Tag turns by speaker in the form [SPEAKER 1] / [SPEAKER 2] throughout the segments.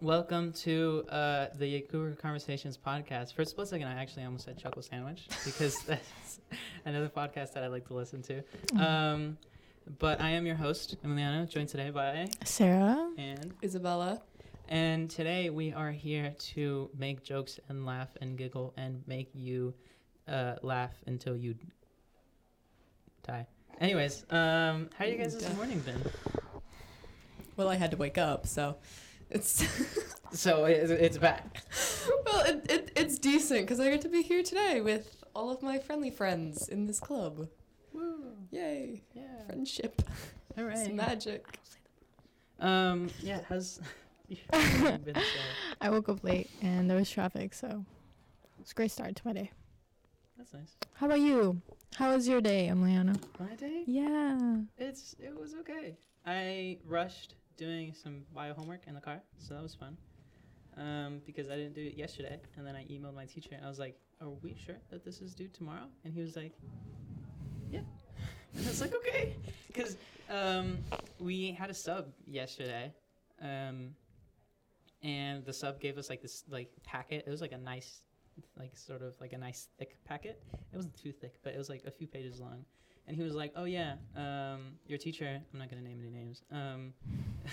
[SPEAKER 1] Welcome to uh, the Yakuza Conversations podcast. For a split second, I actually almost said Chuckle Sandwich because that's another podcast that I like to listen to. Um, but I am your host, Emiliano, joined today by
[SPEAKER 2] Sarah.
[SPEAKER 1] Anne.
[SPEAKER 3] Isabella.
[SPEAKER 1] And today we are here to make jokes and laugh and giggle and make you uh, laugh until you die. Anyways, um, how you guys this
[SPEAKER 3] Death.
[SPEAKER 1] morning been?
[SPEAKER 3] Well, I had to wake up, so it's
[SPEAKER 1] So it- it's back.
[SPEAKER 3] well, it, it, it's decent because I get to be here today with all of my friendly friends in this club. Yay!
[SPEAKER 1] Yeah.
[SPEAKER 3] Friendship,
[SPEAKER 1] All right.
[SPEAKER 3] it's magic.
[SPEAKER 1] Um. Yeah. How's been so-
[SPEAKER 2] I woke up late and there was traffic, so it's a great start to my day.
[SPEAKER 1] That's nice.
[SPEAKER 2] How about you? How was your day, Emiliano?
[SPEAKER 1] My day.
[SPEAKER 2] Yeah.
[SPEAKER 1] It's. It was okay. I rushed doing some bio homework in the car, so that was fun. Um, because I didn't do it yesterday, and then I emailed my teacher and I was like, "Are we sure that this is due tomorrow?" And he was like, "Yeah." And I was like, "Okay," because um, we had a sub yesterday, um, and the sub gave us like this like packet. It was like a nice, like sort of like a nice thick packet. It wasn't too thick, but it was like a few pages long. And he was like, "Oh yeah, um, your teacher. I'm not gonna name any names. Um,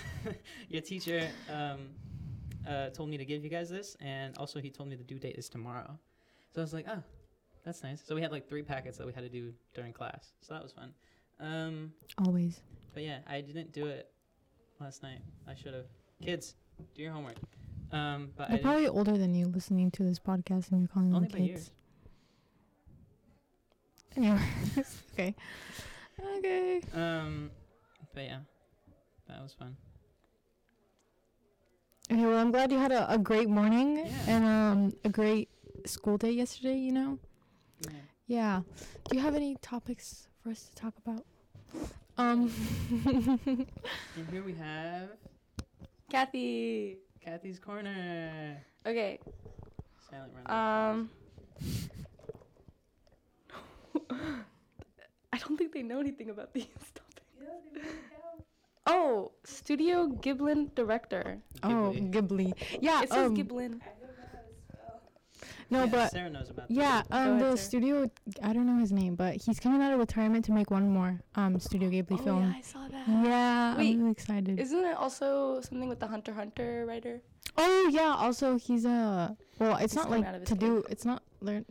[SPEAKER 1] your teacher um, uh, told me to give you guys this, and also he told me the due date is tomorrow." So I was like, "Oh, that's nice." So we had like three packets that we had to do during class. So that was fun. Um,
[SPEAKER 2] Always.
[SPEAKER 1] but yeah, I didn't do it last night. I should have. Kids, do your homework. Um, but I
[SPEAKER 2] They're
[SPEAKER 1] didn't.
[SPEAKER 2] probably older than you listening to this podcast and you're calling
[SPEAKER 1] only by
[SPEAKER 2] them kids.
[SPEAKER 1] years.
[SPEAKER 2] Anyway. okay. Okay.
[SPEAKER 1] Um, but yeah, that was fun.
[SPEAKER 2] Okay, well, I'm glad you had a, a great morning
[SPEAKER 1] Yeah.
[SPEAKER 2] and um, a great school day yesterday, you know?
[SPEAKER 1] Yeah.
[SPEAKER 2] Yeah. Do you have any topics for us to talk about? Um,
[SPEAKER 1] And here we have
[SPEAKER 4] Kathy.
[SPEAKER 1] Kathy's corner.
[SPEAKER 4] Okay.
[SPEAKER 1] Silent round. of applause.
[SPEAKER 4] Um. I don't think they know anything about these topics. Oh, Studio Giblin director.
[SPEAKER 2] oh,
[SPEAKER 1] Ghibli.
[SPEAKER 2] Ghibli.
[SPEAKER 3] Ah,
[SPEAKER 2] Yeah.
[SPEAKER 4] It says
[SPEAKER 2] um,
[SPEAKER 4] Giblin.
[SPEAKER 2] No,
[SPEAKER 1] Yeah,
[SPEAKER 2] but
[SPEAKER 1] Sarah knows about
[SPEAKER 2] yeah, um,
[SPEAKER 4] ahead,
[SPEAKER 2] the
[SPEAKER 4] sir.
[SPEAKER 2] studio. I don't know his name, but he's coming out of retirement to make one more um Studio Ghibli
[SPEAKER 4] Oh yeah,
[SPEAKER 2] film.
[SPEAKER 4] I saw
[SPEAKER 2] Yeah,
[SPEAKER 4] that.
[SPEAKER 2] I'm
[SPEAKER 4] Wait,
[SPEAKER 2] really excited.
[SPEAKER 4] Isn't it also something with the Hunter x Hunter writer?
[SPEAKER 2] oh yeah, also he's uh, well, it's
[SPEAKER 4] He's
[SPEAKER 2] not
[SPEAKER 4] coming
[SPEAKER 2] like
[SPEAKER 4] out of his
[SPEAKER 2] to
[SPEAKER 4] cave.
[SPEAKER 2] do. It's not learn.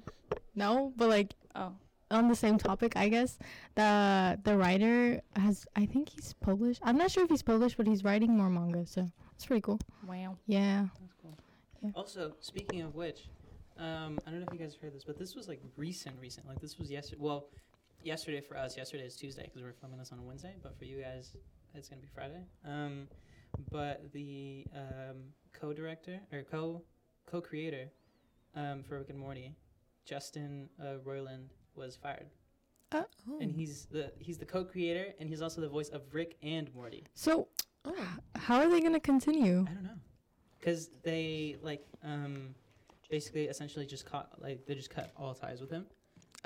[SPEAKER 2] No, but like
[SPEAKER 4] Oh,
[SPEAKER 2] on the same topic, I guess the the writer has. I think he's published. I'm not sure if he's published, but he's writing more manga, so it's pretty cool.
[SPEAKER 4] wow.
[SPEAKER 2] Yeah.
[SPEAKER 1] That's cool.
[SPEAKER 2] Yeah.
[SPEAKER 1] Also, speaking of which, um, I don't know if you guys heard this, but this was like recent, recent. Like this was yesterday. Well, yesterday for us, yesterday is Tuesday because we're filming this on a Wednesday. But for you guys, it's gonna be Friday. Um, but the um, co-director or co co-creator um, for Rick and Morty, Justin uh, Roiland, was fired,
[SPEAKER 2] Uh,
[SPEAKER 1] and
[SPEAKER 3] Hmm.
[SPEAKER 1] he's the he's the co-creator and he's also the voice of Rick and Morty.
[SPEAKER 2] So,
[SPEAKER 4] Oh.
[SPEAKER 2] how are they gonna continue?
[SPEAKER 1] I don't know, because they like um, basically essentially just caught like they just cut all ties with him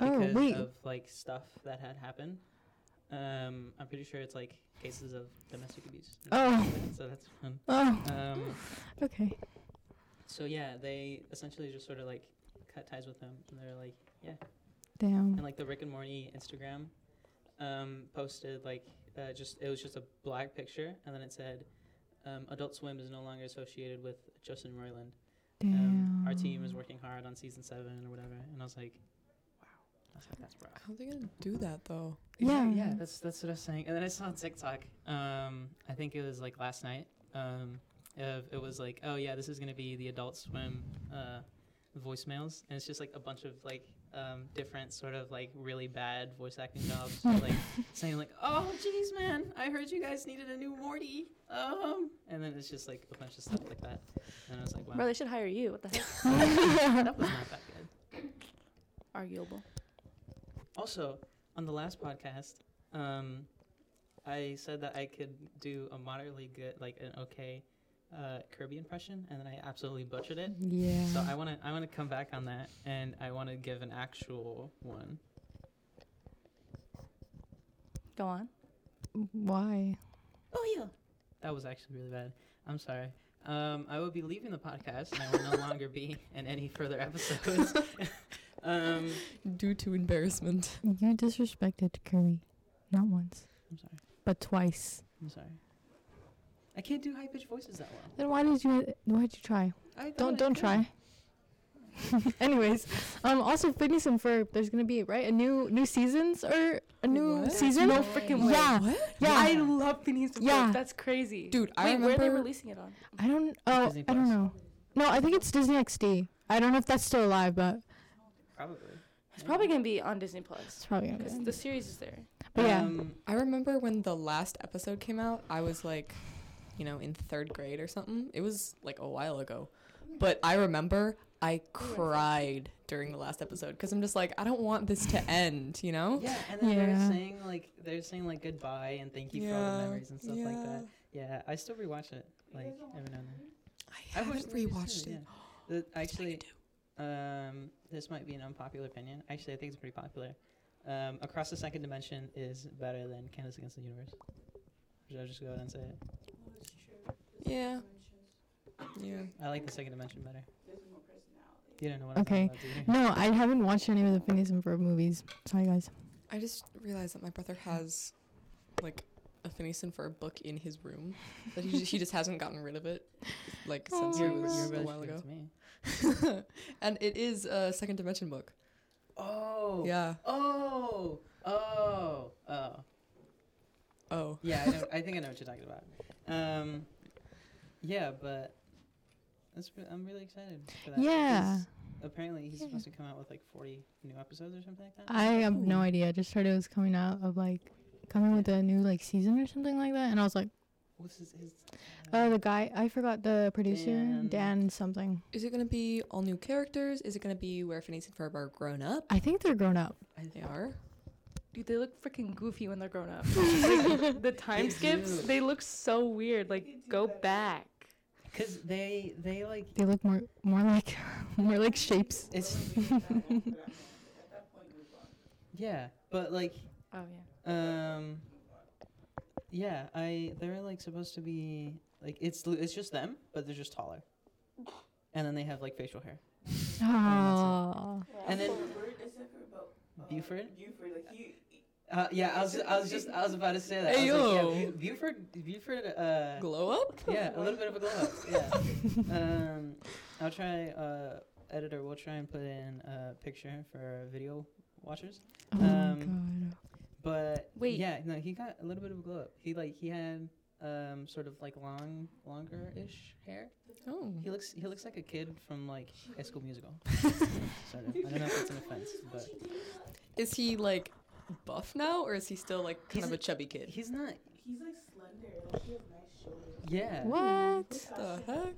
[SPEAKER 2] Oh
[SPEAKER 1] because
[SPEAKER 2] wait.
[SPEAKER 1] of like stuff that had happened. Um, I'm pretty sure it's like cases of domestic abuse. and stuff
[SPEAKER 2] Oh.
[SPEAKER 1] like that, so that's fun.
[SPEAKER 2] Oh,
[SPEAKER 1] Um,
[SPEAKER 2] okay.
[SPEAKER 1] so yeah, they essentially just sort of like cut ties with him, and they're like, yeah,
[SPEAKER 2] Damn.
[SPEAKER 1] and like the Rick and Morty Instagram um, posted like uh, just it was just a black picture, and then it said, um, "Adult Swim is no longer associated with Justin Roiland." um, our team is
[SPEAKER 2] Damn.
[SPEAKER 1] working hard on season seven or whatever. And I was like, wow, that's, that's rough.
[SPEAKER 3] How are they gonna do that though?
[SPEAKER 2] Yeah.
[SPEAKER 1] Oh, yeah, that's that's what I was saying. And then I saw on TikTok, um, I think it was like last night. Um, of it was like, oh yeah, this is gonna be the Adult Swim uh, voicemails, and it's just like a bunch of like um, different sort of like really bad voice acting jobs, like saying like, oh jeez man, I heard you guys needed a new Morty, um, and then it's just like a bunch of stuff like that. And I was like, wow,
[SPEAKER 4] Bro, they should hire you. What the heck?
[SPEAKER 1] that was not that good.
[SPEAKER 4] Arguable.
[SPEAKER 1] Also, on the last podcast, um, I said that I could do a moderately good, like an okay, uh, Kirby impression, and then I absolutely butchered it.
[SPEAKER 2] Yeah.
[SPEAKER 1] So I want to, I want to come back on that, and I want to give an actual one.
[SPEAKER 4] Go on.
[SPEAKER 2] Why?
[SPEAKER 1] Oh yeah, that was actually really bad. I'm sorry, Um, I will be leaving the podcast, and I will no longer be in any further episodes. um,
[SPEAKER 3] Due to embarrassment.
[SPEAKER 2] You disrespected Curry, not once,
[SPEAKER 1] I'm sorry.
[SPEAKER 2] but twice.
[SPEAKER 1] I'm sorry. I can't do high pitched voices that well.
[SPEAKER 2] Then why did you? Why did you try?
[SPEAKER 1] I thought I
[SPEAKER 2] Don't don't
[SPEAKER 1] could.
[SPEAKER 2] try. Anyways, um, also fitness and Ferb. There's gonna be right a new new seasons or a new
[SPEAKER 3] What?
[SPEAKER 2] season.
[SPEAKER 4] No freaking
[SPEAKER 3] way.
[SPEAKER 2] Yeah,
[SPEAKER 3] What?
[SPEAKER 2] yeah.
[SPEAKER 4] I
[SPEAKER 2] I,
[SPEAKER 4] love Phineas and Ferb.
[SPEAKER 2] Yeah.
[SPEAKER 4] That's crazy.
[SPEAKER 3] Dude, I
[SPEAKER 4] Wait, where are they
[SPEAKER 3] remember-
[SPEAKER 4] releasing it on?
[SPEAKER 2] don't. Oh,
[SPEAKER 1] Disney
[SPEAKER 2] I don't
[SPEAKER 1] Plus.
[SPEAKER 2] know. No, I think it's Disney XD. I don't know if that's still alive, but
[SPEAKER 1] Probably.
[SPEAKER 4] It's probably
[SPEAKER 1] Yeah.
[SPEAKER 4] gonna be on Disney Plus.
[SPEAKER 2] it's probably
[SPEAKER 4] Because
[SPEAKER 2] okay.
[SPEAKER 4] the series is there.
[SPEAKER 2] But yeah,
[SPEAKER 1] Um,
[SPEAKER 3] I remember when the last episode came out, I was like, you know, in third grade or something. It was like a while ago. But I remember I cried during the last episode because I'm just like, I don't want this to end, you know?
[SPEAKER 1] yeah, and then
[SPEAKER 2] Yeah.
[SPEAKER 1] they're saying like they're saying like goodbye and thank you for all the memories and stuff like that. Yeah, I still rewatch it like every now and then.
[SPEAKER 3] I
[SPEAKER 1] I
[SPEAKER 3] haven't
[SPEAKER 1] watched the movies
[SPEAKER 3] rewatched
[SPEAKER 1] too,
[SPEAKER 3] it.
[SPEAKER 1] yeah. The-
[SPEAKER 3] What did I
[SPEAKER 1] actually,
[SPEAKER 3] do?
[SPEAKER 1] um, this might be an unpopular opinion. Actually, I think it's pretty popular. Um, Across the Second Dimension is better than Candace Against the Universe. Should I just go ahead and say it?
[SPEAKER 3] Yeah. Yeah.
[SPEAKER 1] I like the Second Dimension better. You don't know what
[SPEAKER 2] Okay.
[SPEAKER 1] I'm talking about, do you?
[SPEAKER 2] no, I haven't watched any of the Phineas and Ferb movies. Sorry, guys.
[SPEAKER 3] I just realized that my brother has like a Phineas and Ferb book in his room that he just, he just hasn't gotten rid of it like since
[SPEAKER 2] Oh,
[SPEAKER 3] it
[SPEAKER 1] You're,
[SPEAKER 2] my
[SPEAKER 3] was
[SPEAKER 1] you're
[SPEAKER 2] God.
[SPEAKER 3] a
[SPEAKER 1] really
[SPEAKER 3] while
[SPEAKER 1] showing it
[SPEAKER 3] ago.
[SPEAKER 1] to me.
[SPEAKER 3] and it is a second dimension book.
[SPEAKER 1] Oh.
[SPEAKER 3] Yeah.
[SPEAKER 1] Oh. Oh. Oh.
[SPEAKER 3] Oh.
[SPEAKER 1] Yeah, I, know, I think I know what you're talking about. Um, yeah, but that's re- I'm really excited for that.
[SPEAKER 2] Yeah.
[SPEAKER 1] because Apparently, he's
[SPEAKER 2] Yeah. Uh,
[SPEAKER 1] supposed to come out with like 40 new episodes or something like that.
[SPEAKER 2] I have no
[SPEAKER 3] Ooh.
[SPEAKER 2] idea. I just heard it was coming out of like coming with a new like season or something like that, and I was like,
[SPEAKER 1] What's his? his
[SPEAKER 2] oh, the guy. I forgot the producer,
[SPEAKER 1] Dan-
[SPEAKER 2] Dan, something.
[SPEAKER 3] Is it gonna be all new characters? Is it gonna be where Phineas and Ferb are grown up?
[SPEAKER 2] I think they're grown up.
[SPEAKER 1] I
[SPEAKER 3] They
[SPEAKER 1] think
[SPEAKER 3] are.
[SPEAKER 4] Dude, they look freaking goofy when they're grown up. Like, the time
[SPEAKER 1] They
[SPEAKER 4] skips,
[SPEAKER 1] do.
[SPEAKER 4] they look so weird. Like, go back.
[SPEAKER 1] because they they like
[SPEAKER 2] They look more more like more like shapes.
[SPEAKER 1] it's yeah, but like
[SPEAKER 4] Oh yeah.
[SPEAKER 1] um yeah, I they're like supposed to be like it's l- it's just them, but they're just taller, and then they have like facial hair.
[SPEAKER 2] Oh,
[SPEAKER 1] And then Buford. Buford, like you. Uh, yeah, I was, I was just, I was about to say that. I was like, yeah,
[SPEAKER 3] Ayo.
[SPEAKER 1] Bu- Buford, Buford, uh,
[SPEAKER 3] Glow up?
[SPEAKER 1] yeah, a little bit of a glow up. Yeah. um, I'll try. Uh, editor, we'll try and put in a picture for video watchers.
[SPEAKER 2] oh my
[SPEAKER 1] Um,
[SPEAKER 2] god.
[SPEAKER 1] But
[SPEAKER 4] Wait.
[SPEAKER 1] yeah, no, he got a little bit of a glow up. He like he had um sort of like long, longer ish hair.
[SPEAKER 3] Oh.
[SPEAKER 1] He looks, he looks like a kid from like High School Musical. sort of. I don't know if it's an offense, but.
[SPEAKER 3] Is he like buff now or is he still like kind
[SPEAKER 1] He's
[SPEAKER 3] of
[SPEAKER 1] a-
[SPEAKER 3] a chubby kid?
[SPEAKER 1] He's not. He's like slender. Like he has nice shoulders. Yeah.
[SPEAKER 2] What?
[SPEAKER 3] What the heck?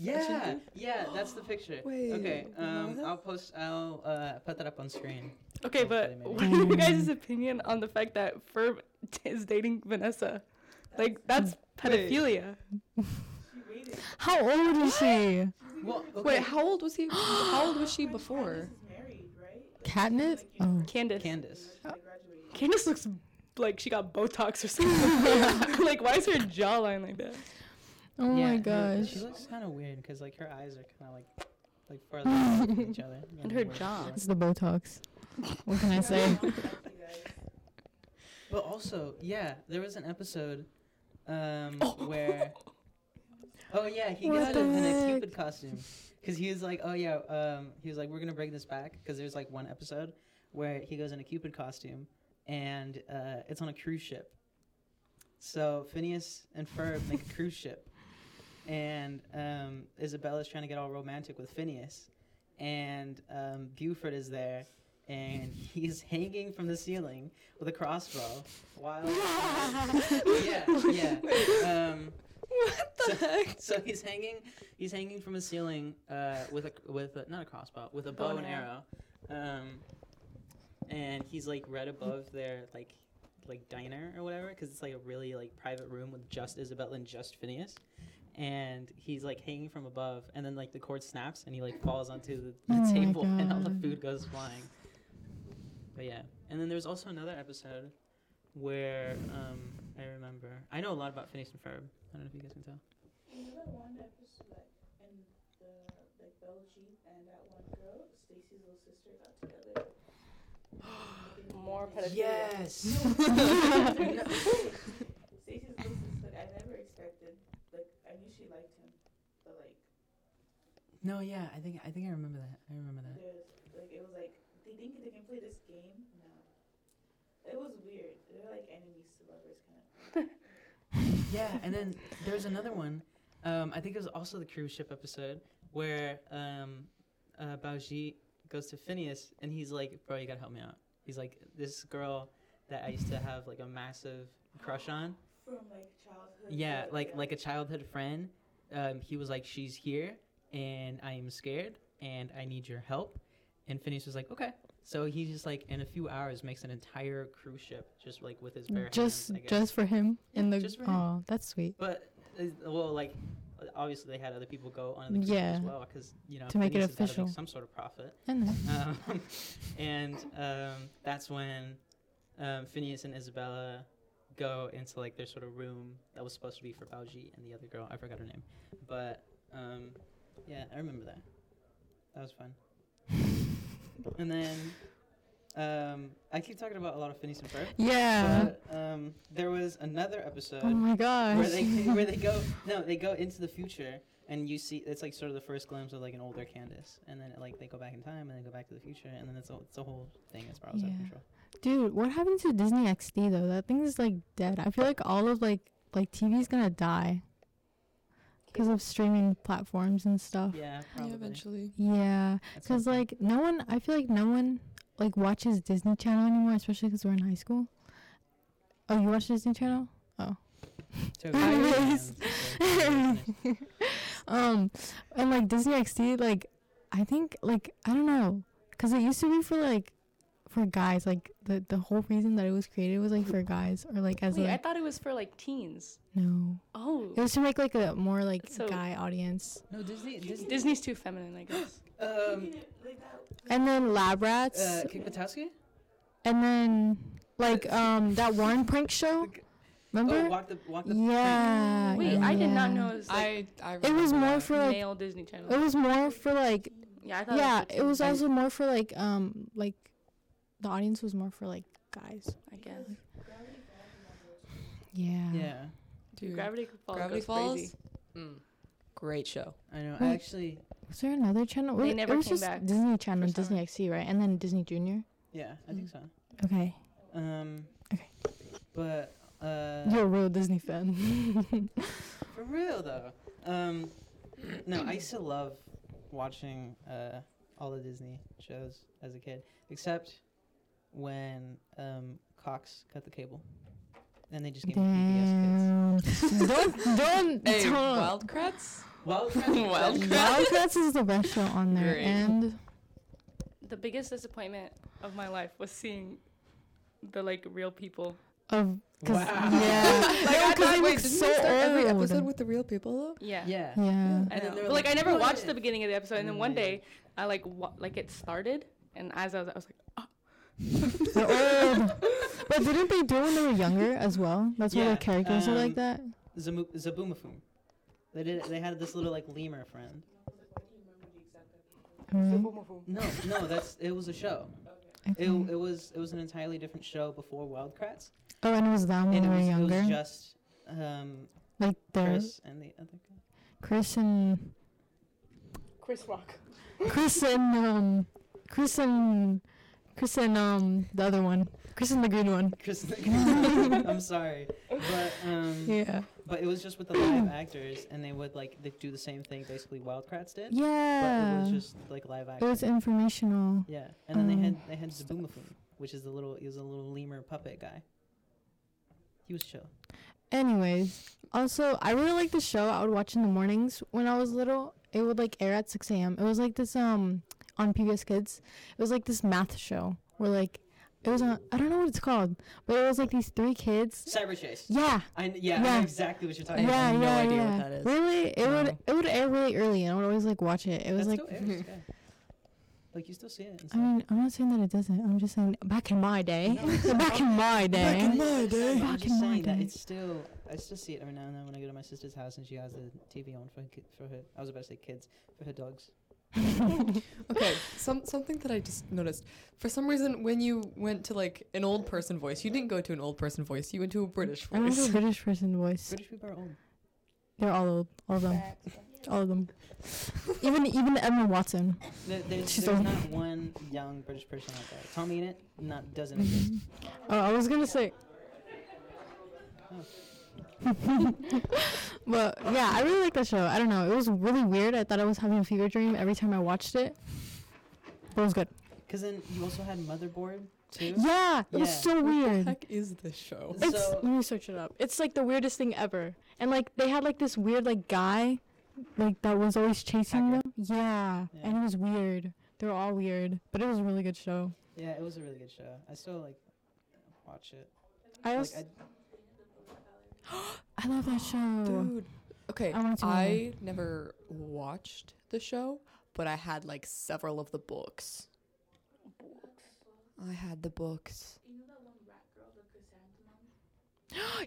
[SPEAKER 1] Yeah. Yeah. That's the picture.
[SPEAKER 3] Wait,
[SPEAKER 1] okay. Um,
[SPEAKER 3] what?
[SPEAKER 1] I'll post. I'll uh, put that up on screen.
[SPEAKER 4] Okay, but
[SPEAKER 1] Hopefully,
[SPEAKER 4] what are you guys' opinion on the fact that Ferb is dating Vanessa? Like, that's
[SPEAKER 3] Wait.
[SPEAKER 4] pedophilia.
[SPEAKER 2] How old is she?
[SPEAKER 1] Well,
[SPEAKER 3] Wait, how old was he? How old was she before?
[SPEAKER 2] Katniss? Oh.
[SPEAKER 4] Candace.
[SPEAKER 1] Candace.
[SPEAKER 4] Candace looks like she got Botox or something. like, why is her jawline like that?
[SPEAKER 2] Oh
[SPEAKER 1] Yeah,
[SPEAKER 2] my
[SPEAKER 1] her-
[SPEAKER 2] gosh.
[SPEAKER 1] She looks kind of weird because like her eyes are kind of like like farther apart from each other. than
[SPEAKER 4] And
[SPEAKER 1] they
[SPEAKER 4] her
[SPEAKER 1] were
[SPEAKER 4] jaw.
[SPEAKER 1] before.
[SPEAKER 2] It's the Botox. What can I say?
[SPEAKER 1] But also, yeah, there was an episode um, where. Oh yeah, he
[SPEAKER 2] What
[SPEAKER 1] got
[SPEAKER 2] the
[SPEAKER 1] it in a
[SPEAKER 2] heck?
[SPEAKER 1] Cupid costume because he was like, oh yeah, um, he was like, we're gonna break this back because there's like one episode where he goes in a Cupid costume and uh, it's on a cruise ship. So Phineas and Ferb make a cruise ship, and um, Isabella's trying to get all romantic with Phineas, and um, Buford is there, and he's hanging from the ceiling with a crossbow while yeah yeah um,
[SPEAKER 3] What the heck?
[SPEAKER 1] so he's hanging he's hanging from a ceiling uh, with a with a, not a crossbow with a bow
[SPEAKER 3] Oh,
[SPEAKER 1] and arrow um, and he's like right above their like like diner or whatever because it's like a really like private room with just Isabella and just Phineas and he's like hanging from above and then like the cord snaps and he like falls onto the, the
[SPEAKER 2] Oh my
[SPEAKER 1] table and all the
[SPEAKER 2] God.
[SPEAKER 1] food goes flying but yeah and then there's also another episode where um, I remember I know a lot about Phineas and Ferb I don't know if you guys can tell.
[SPEAKER 5] Remember one episode, like, and the like Belgian and that one girl, Stacy's little sister, got together.
[SPEAKER 4] More pedophilia.
[SPEAKER 1] Yes.
[SPEAKER 5] Stacy's little sister, I never expected. Like, I knew she liked him, but like,
[SPEAKER 1] no, yeah, I think I think I remember that. I remember that.
[SPEAKER 5] there's like it was like they think they can play this game. No, it was weird. They're like enemies to lovers kind of.
[SPEAKER 1] Yeah, and then there's another one. Um, I think it was also the cruise ship episode where um, uh, Baoji goes to Phineas and he's like, "Bro, you gotta help me out." He's like, "This girl that I used to have like a massive crush on.
[SPEAKER 5] From like childhood.
[SPEAKER 1] Yeah,
[SPEAKER 5] to,
[SPEAKER 1] like like a childhood friend. Um, he was like, "She's here, and I am scared, and I need your help." And Phineas was like, "Okay." So he just like in a few hours makes an entire cruise ship just like with his bare
[SPEAKER 2] just
[SPEAKER 1] hands, I guess.
[SPEAKER 2] just for him in
[SPEAKER 1] Yeah,
[SPEAKER 2] the
[SPEAKER 1] just for him.
[SPEAKER 2] oh that's sweet
[SPEAKER 1] But uh, well, like uh, obviously they had other people go on the cruise
[SPEAKER 2] Yeah.
[SPEAKER 1] as well because you know
[SPEAKER 2] To make it
[SPEAKER 1] Phineas has gotta
[SPEAKER 2] official.
[SPEAKER 1] some sort of profit.
[SPEAKER 2] I know.
[SPEAKER 1] Um, and um, that's when um, Phineas and Isabella go into like their sort of room that was supposed to be for Baoji and the other girl. I forgot her name, but um, yeah, I remember that. That was fun. and then um, I keep talking about a lot of Phineas and Ferb.
[SPEAKER 2] yeah
[SPEAKER 1] But, um, there was another episode
[SPEAKER 2] oh my
[SPEAKER 1] where
[SPEAKER 2] gosh
[SPEAKER 1] they where they go no they go into the future and you see it's like sort of the first glimpse of like an older Candace and then like they go back in time and they go back to the future and then it's a, it's a whole thing as far as out of
[SPEAKER 2] Yeah.
[SPEAKER 1] control.
[SPEAKER 2] dude what happened to disney xd though that thing is like dead i feel like all of like like tv's gonna die because of streaming platforms and stuff
[SPEAKER 1] Yeah,
[SPEAKER 3] Yeah,
[SPEAKER 1] probably.
[SPEAKER 3] eventually.
[SPEAKER 2] yeah
[SPEAKER 1] At some
[SPEAKER 2] because
[SPEAKER 1] point.
[SPEAKER 2] like no one i feel like no one like watches disney channel anymore especially because we're in high school oh you watch disney channel
[SPEAKER 1] So if you have any
[SPEAKER 2] Iris.
[SPEAKER 1] plans, it's like-
[SPEAKER 2] um and like disney xd like i think like i don't know because it used to be for like for guys like the the whole reason that it was created was like for guys or like as
[SPEAKER 4] Wait, I
[SPEAKER 2] like
[SPEAKER 4] thought it was for like teens.
[SPEAKER 2] no
[SPEAKER 4] Oh,
[SPEAKER 2] it was to make like a more like
[SPEAKER 4] So-
[SPEAKER 2] guy audience
[SPEAKER 1] no Disney Disney
[SPEAKER 4] Disney's too feminine, I guess.
[SPEAKER 1] um
[SPEAKER 5] Like that.
[SPEAKER 2] and then lab rats
[SPEAKER 1] uh, Kick Batowski?
[SPEAKER 2] and then like um that one prank show
[SPEAKER 1] The g- Oh,
[SPEAKER 2] remember
[SPEAKER 1] walk the walk the
[SPEAKER 2] yeah
[SPEAKER 4] Wait, I did not
[SPEAKER 2] yeah.
[SPEAKER 4] know it was like,
[SPEAKER 3] I, I
[SPEAKER 2] it was
[SPEAKER 3] remember
[SPEAKER 2] more
[SPEAKER 3] that.
[SPEAKER 2] for like
[SPEAKER 4] male Disney
[SPEAKER 2] it
[SPEAKER 4] Channel.
[SPEAKER 2] was more for like
[SPEAKER 4] Yeah, I thought.
[SPEAKER 2] yeah
[SPEAKER 4] it was,
[SPEAKER 2] it was
[SPEAKER 1] I-
[SPEAKER 2] also more for like um like the audience was more for like guys
[SPEAKER 4] I guess.
[SPEAKER 2] yeah
[SPEAKER 1] Yeah,
[SPEAKER 3] Dude, Gravity,
[SPEAKER 4] Gravity Falls. goes
[SPEAKER 3] Falls.
[SPEAKER 4] Crazy.
[SPEAKER 3] Mm. Great show.
[SPEAKER 1] I know. I
[SPEAKER 2] Wait.
[SPEAKER 1] actually
[SPEAKER 2] Was there another channel?
[SPEAKER 4] They
[SPEAKER 2] Wait,
[SPEAKER 4] never
[SPEAKER 2] it was
[SPEAKER 4] came
[SPEAKER 2] just
[SPEAKER 4] back
[SPEAKER 2] Disney Channel,
[SPEAKER 4] for
[SPEAKER 2] Disney XD, right? And then Disney Junior.
[SPEAKER 1] yeah, I think so.
[SPEAKER 2] Okay,
[SPEAKER 1] Um
[SPEAKER 2] Mm. Okay.
[SPEAKER 1] But uh
[SPEAKER 2] you're a real Disney fan.
[SPEAKER 1] For real though. Um, no, I used to love watching uh, all the Disney shows as a kid, except when um, Cox cut the cable, and they just gave me PBS Kids.
[SPEAKER 2] Damn. don't don't.
[SPEAKER 3] Hey,
[SPEAKER 2] don't.
[SPEAKER 3] Wildcrats?
[SPEAKER 1] Wild,
[SPEAKER 3] Wild
[SPEAKER 1] Wild
[SPEAKER 2] Wildcats is the best show on there,
[SPEAKER 3] Great.
[SPEAKER 2] and
[SPEAKER 4] The biggest disappointment of my life was seeing the like real people.
[SPEAKER 2] of cause,
[SPEAKER 1] Wow.
[SPEAKER 2] yeah,
[SPEAKER 3] Like, I
[SPEAKER 2] No, 'cause
[SPEAKER 3] thought,
[SPEAKER 2] they
[SPEAKER 3] wait,
[SPEAKER 2] look
[SPEAKER 3] didn't
[SPEAKER 2] so
[SPEAKER 3] they start every
[SPEAKER 2] old.
[SPEAKER 3] episode with the real people, though?
[SPEAKER 4] Yeah.
[SPEAKER 1] Yeah.
[SPEAKER 2] yeah.
[SPEAKER 4] I
[SPEAKER 1] And then
[SPEAKER 4] know.
[SPEAKER 1] they were
[SPEAKER 4] But like, I
[SPEAKER 1] like,
[SPEAKER 4] never
[SPEAKER 1] "What?"
[SPEAKER 4] watched the beginning of the episode, and then one
[SPEAKER 1] Mm.
[SPEAKER 4] day I like wa- like it started, and as I was, I was like,
[SPEAKER 2] They're old. But didn't they do it when they were younger as well? That's why
[SPEAKER 1] Yeah,
[SPEAKER 2] their characters are
[SPEAKER 1] um,
[SPEAKER 2] like that.
[SPEAKER 1] Zamu- Zaboomafoo. They did. They had this little like lemur friend.
[SPEAKER 2] Right?
[SPEAKER 1] No, no, that's it was a show. It,
[SPEAKER 2] Mm-hmm. Okay.
[SPEAKER 1] it was it was an entirely different show before Wildcrats,
[SPEAKER 2] oh, and it was them when
[SPEAKER 1] and
[SPEAKER 2] they
[SPEAKER 1] it
[SPEAKER 2] were
[SPEAKER 1] was, it was
[SPEAKER 2] younger.
[SPEAKER 1] just um,
[SPEAKER 2] Like their
[SPEAKER 1] Chris and the other guy.
[SPEAKER 2] Chris and
[SPEAKER 4] Chris Rock.
[SPEAKER 2] Chris and um, Chris and Chris and um, the other one, Chris and the green one.
[SPEAKER 1] Chris, I'm sorry, but um,
[SPEAKER 2] Yeah.
[SPEAKER 1] but it was just with the live actors, and they would like they do the same thing basically Wildcrats did, but it
[SPEAKER 2] Yeah.
[SPEAKER 1] was just like live
[SPEAKER 2] It
[SPEAKER 1] action.
[SPEAKER 2] was informational.
[SPEAKER 1] yeah, and then they had
[SPEAKER 2] um,
[SPEAKER 1] they had Zaboomafoo, which is the little he was a little lemur puppet guy. He was chill.
[SPEAKER 2] Anyways, also I really like the show. I would watch in the mornings when I was little. It would like air at 6 a.m. It was like this um on PBS Kids. It was like this math show where like it was on I don't know what it's called, but it was like these three kids.
[SPEAKER 1] Cyber Chase.
[SPEAKER 2] Yeah,
[SPEAKER 1] I kn- yeah, I
[SPEAKER 2] Yeah.
[SPEAKER 1] know exactly what you're
[SPEAKER 2] yeah,
[SPEAKER 1] talking
[SPEAKER 2] yeah,
[SPEAKER 1] about.
[SPEAKER 3] no idea what
[SPEAKER 2] yeah.
[SPEAKER 3] that is.
[SPEAKER 2] Really, it would
[SPEAKER 3] No.
[SPEAKER 2] it would air really early, and I would always like watch it. It was
[SPEAKER 1] That
[SPEAKER 2] like
[SPEAKER 1] still airs, yeah. Like you still see it. and
[SPEAKER 2] I
[SPEAKER 1] stuff.
[SPEAKER 2] mean, I'm not saying that it doesn't. I'm just saying back in my day.
[SPEAKER 1] No, it's
[SPEAKER 2] back in my day.
[SPEAKER 1] my day. I'm
[SPEAKER 2] Back
[SPEAKER 1] just
[SPEAKER 2] in my
[SPEAKER 1] saying that
[SPEAKER 2] day.
[SPEAKER 1] it's still. I I still see it every now and then when I go to my sister's house and she has the TV on for her, ki- for her. I was about to say kids for her dogs.
[SPEAKER 3] Okay, some something that I just noticed. For some reason, when you went to like an old person voice, you didn't go to an old person voice. You went to a British
[SPEAKER 2] I went to a
[SPEAKER 3] voice.
[SPEAKER 2] British person voice.
[SPEAKER 1] British people are old.
[SPEAKER 2] They're all old. All of them.
[SPEAKER 5] Facts.
[SPEAKER 2] All of them. even even Emma Watson.
[SPEAKER 1] There, there's
[SPEAKER 2] She's
[SPEAKER 1] there's
[SPEAKER 2] old.
[SPEAKER 1] not one young British person out there. Tommy in it not doesn't exist.
[SPEAKER 2] Oh, I was gonna say. but yeah, I really like that show. I don't know. It was really weird. I thought I was having a fever dream every time I watched it. But it was good.
[SPEAKER 1] Because then you also had Motherboard too.
[SPEAKER 2] Yeah, it was
[SPEAKER 1] Yeah.
[SPEAKER 2] so
[SPEAKER 3] What
[SPEAKER 2] weird.
[SPEAKER 3] the heck is this show?
[SPEAKER 2] It's
[SPEAKER 1] So-
[SPEAKER 2] let me search it up. It's like the weirdest thing ever. And like they had like this weird like guy, like that was always chasing
[SPEAKER 1] Hacker.
[SPEAKER 2] them. Yeah,
[SPEAKER 1] Yeah.
[SPEAKER 2] and it was weird. They were all weird, but it was a really good show.
[SPEAKER 1] Yeah, it was a really good show. I still like watch it.
[SPEAKER 2] I
[SPEAKER 1] Like,
[SPEAKER 2] also
[SPEAKER 1] I,
[SPEAKER 2] I, love that show.
[SPEAKER 3] Dude. Okay,
[SPEAKER 2] I wanted to know.
[SPEAKER 3] I never watched the show, but I had like several of the books. I had the books.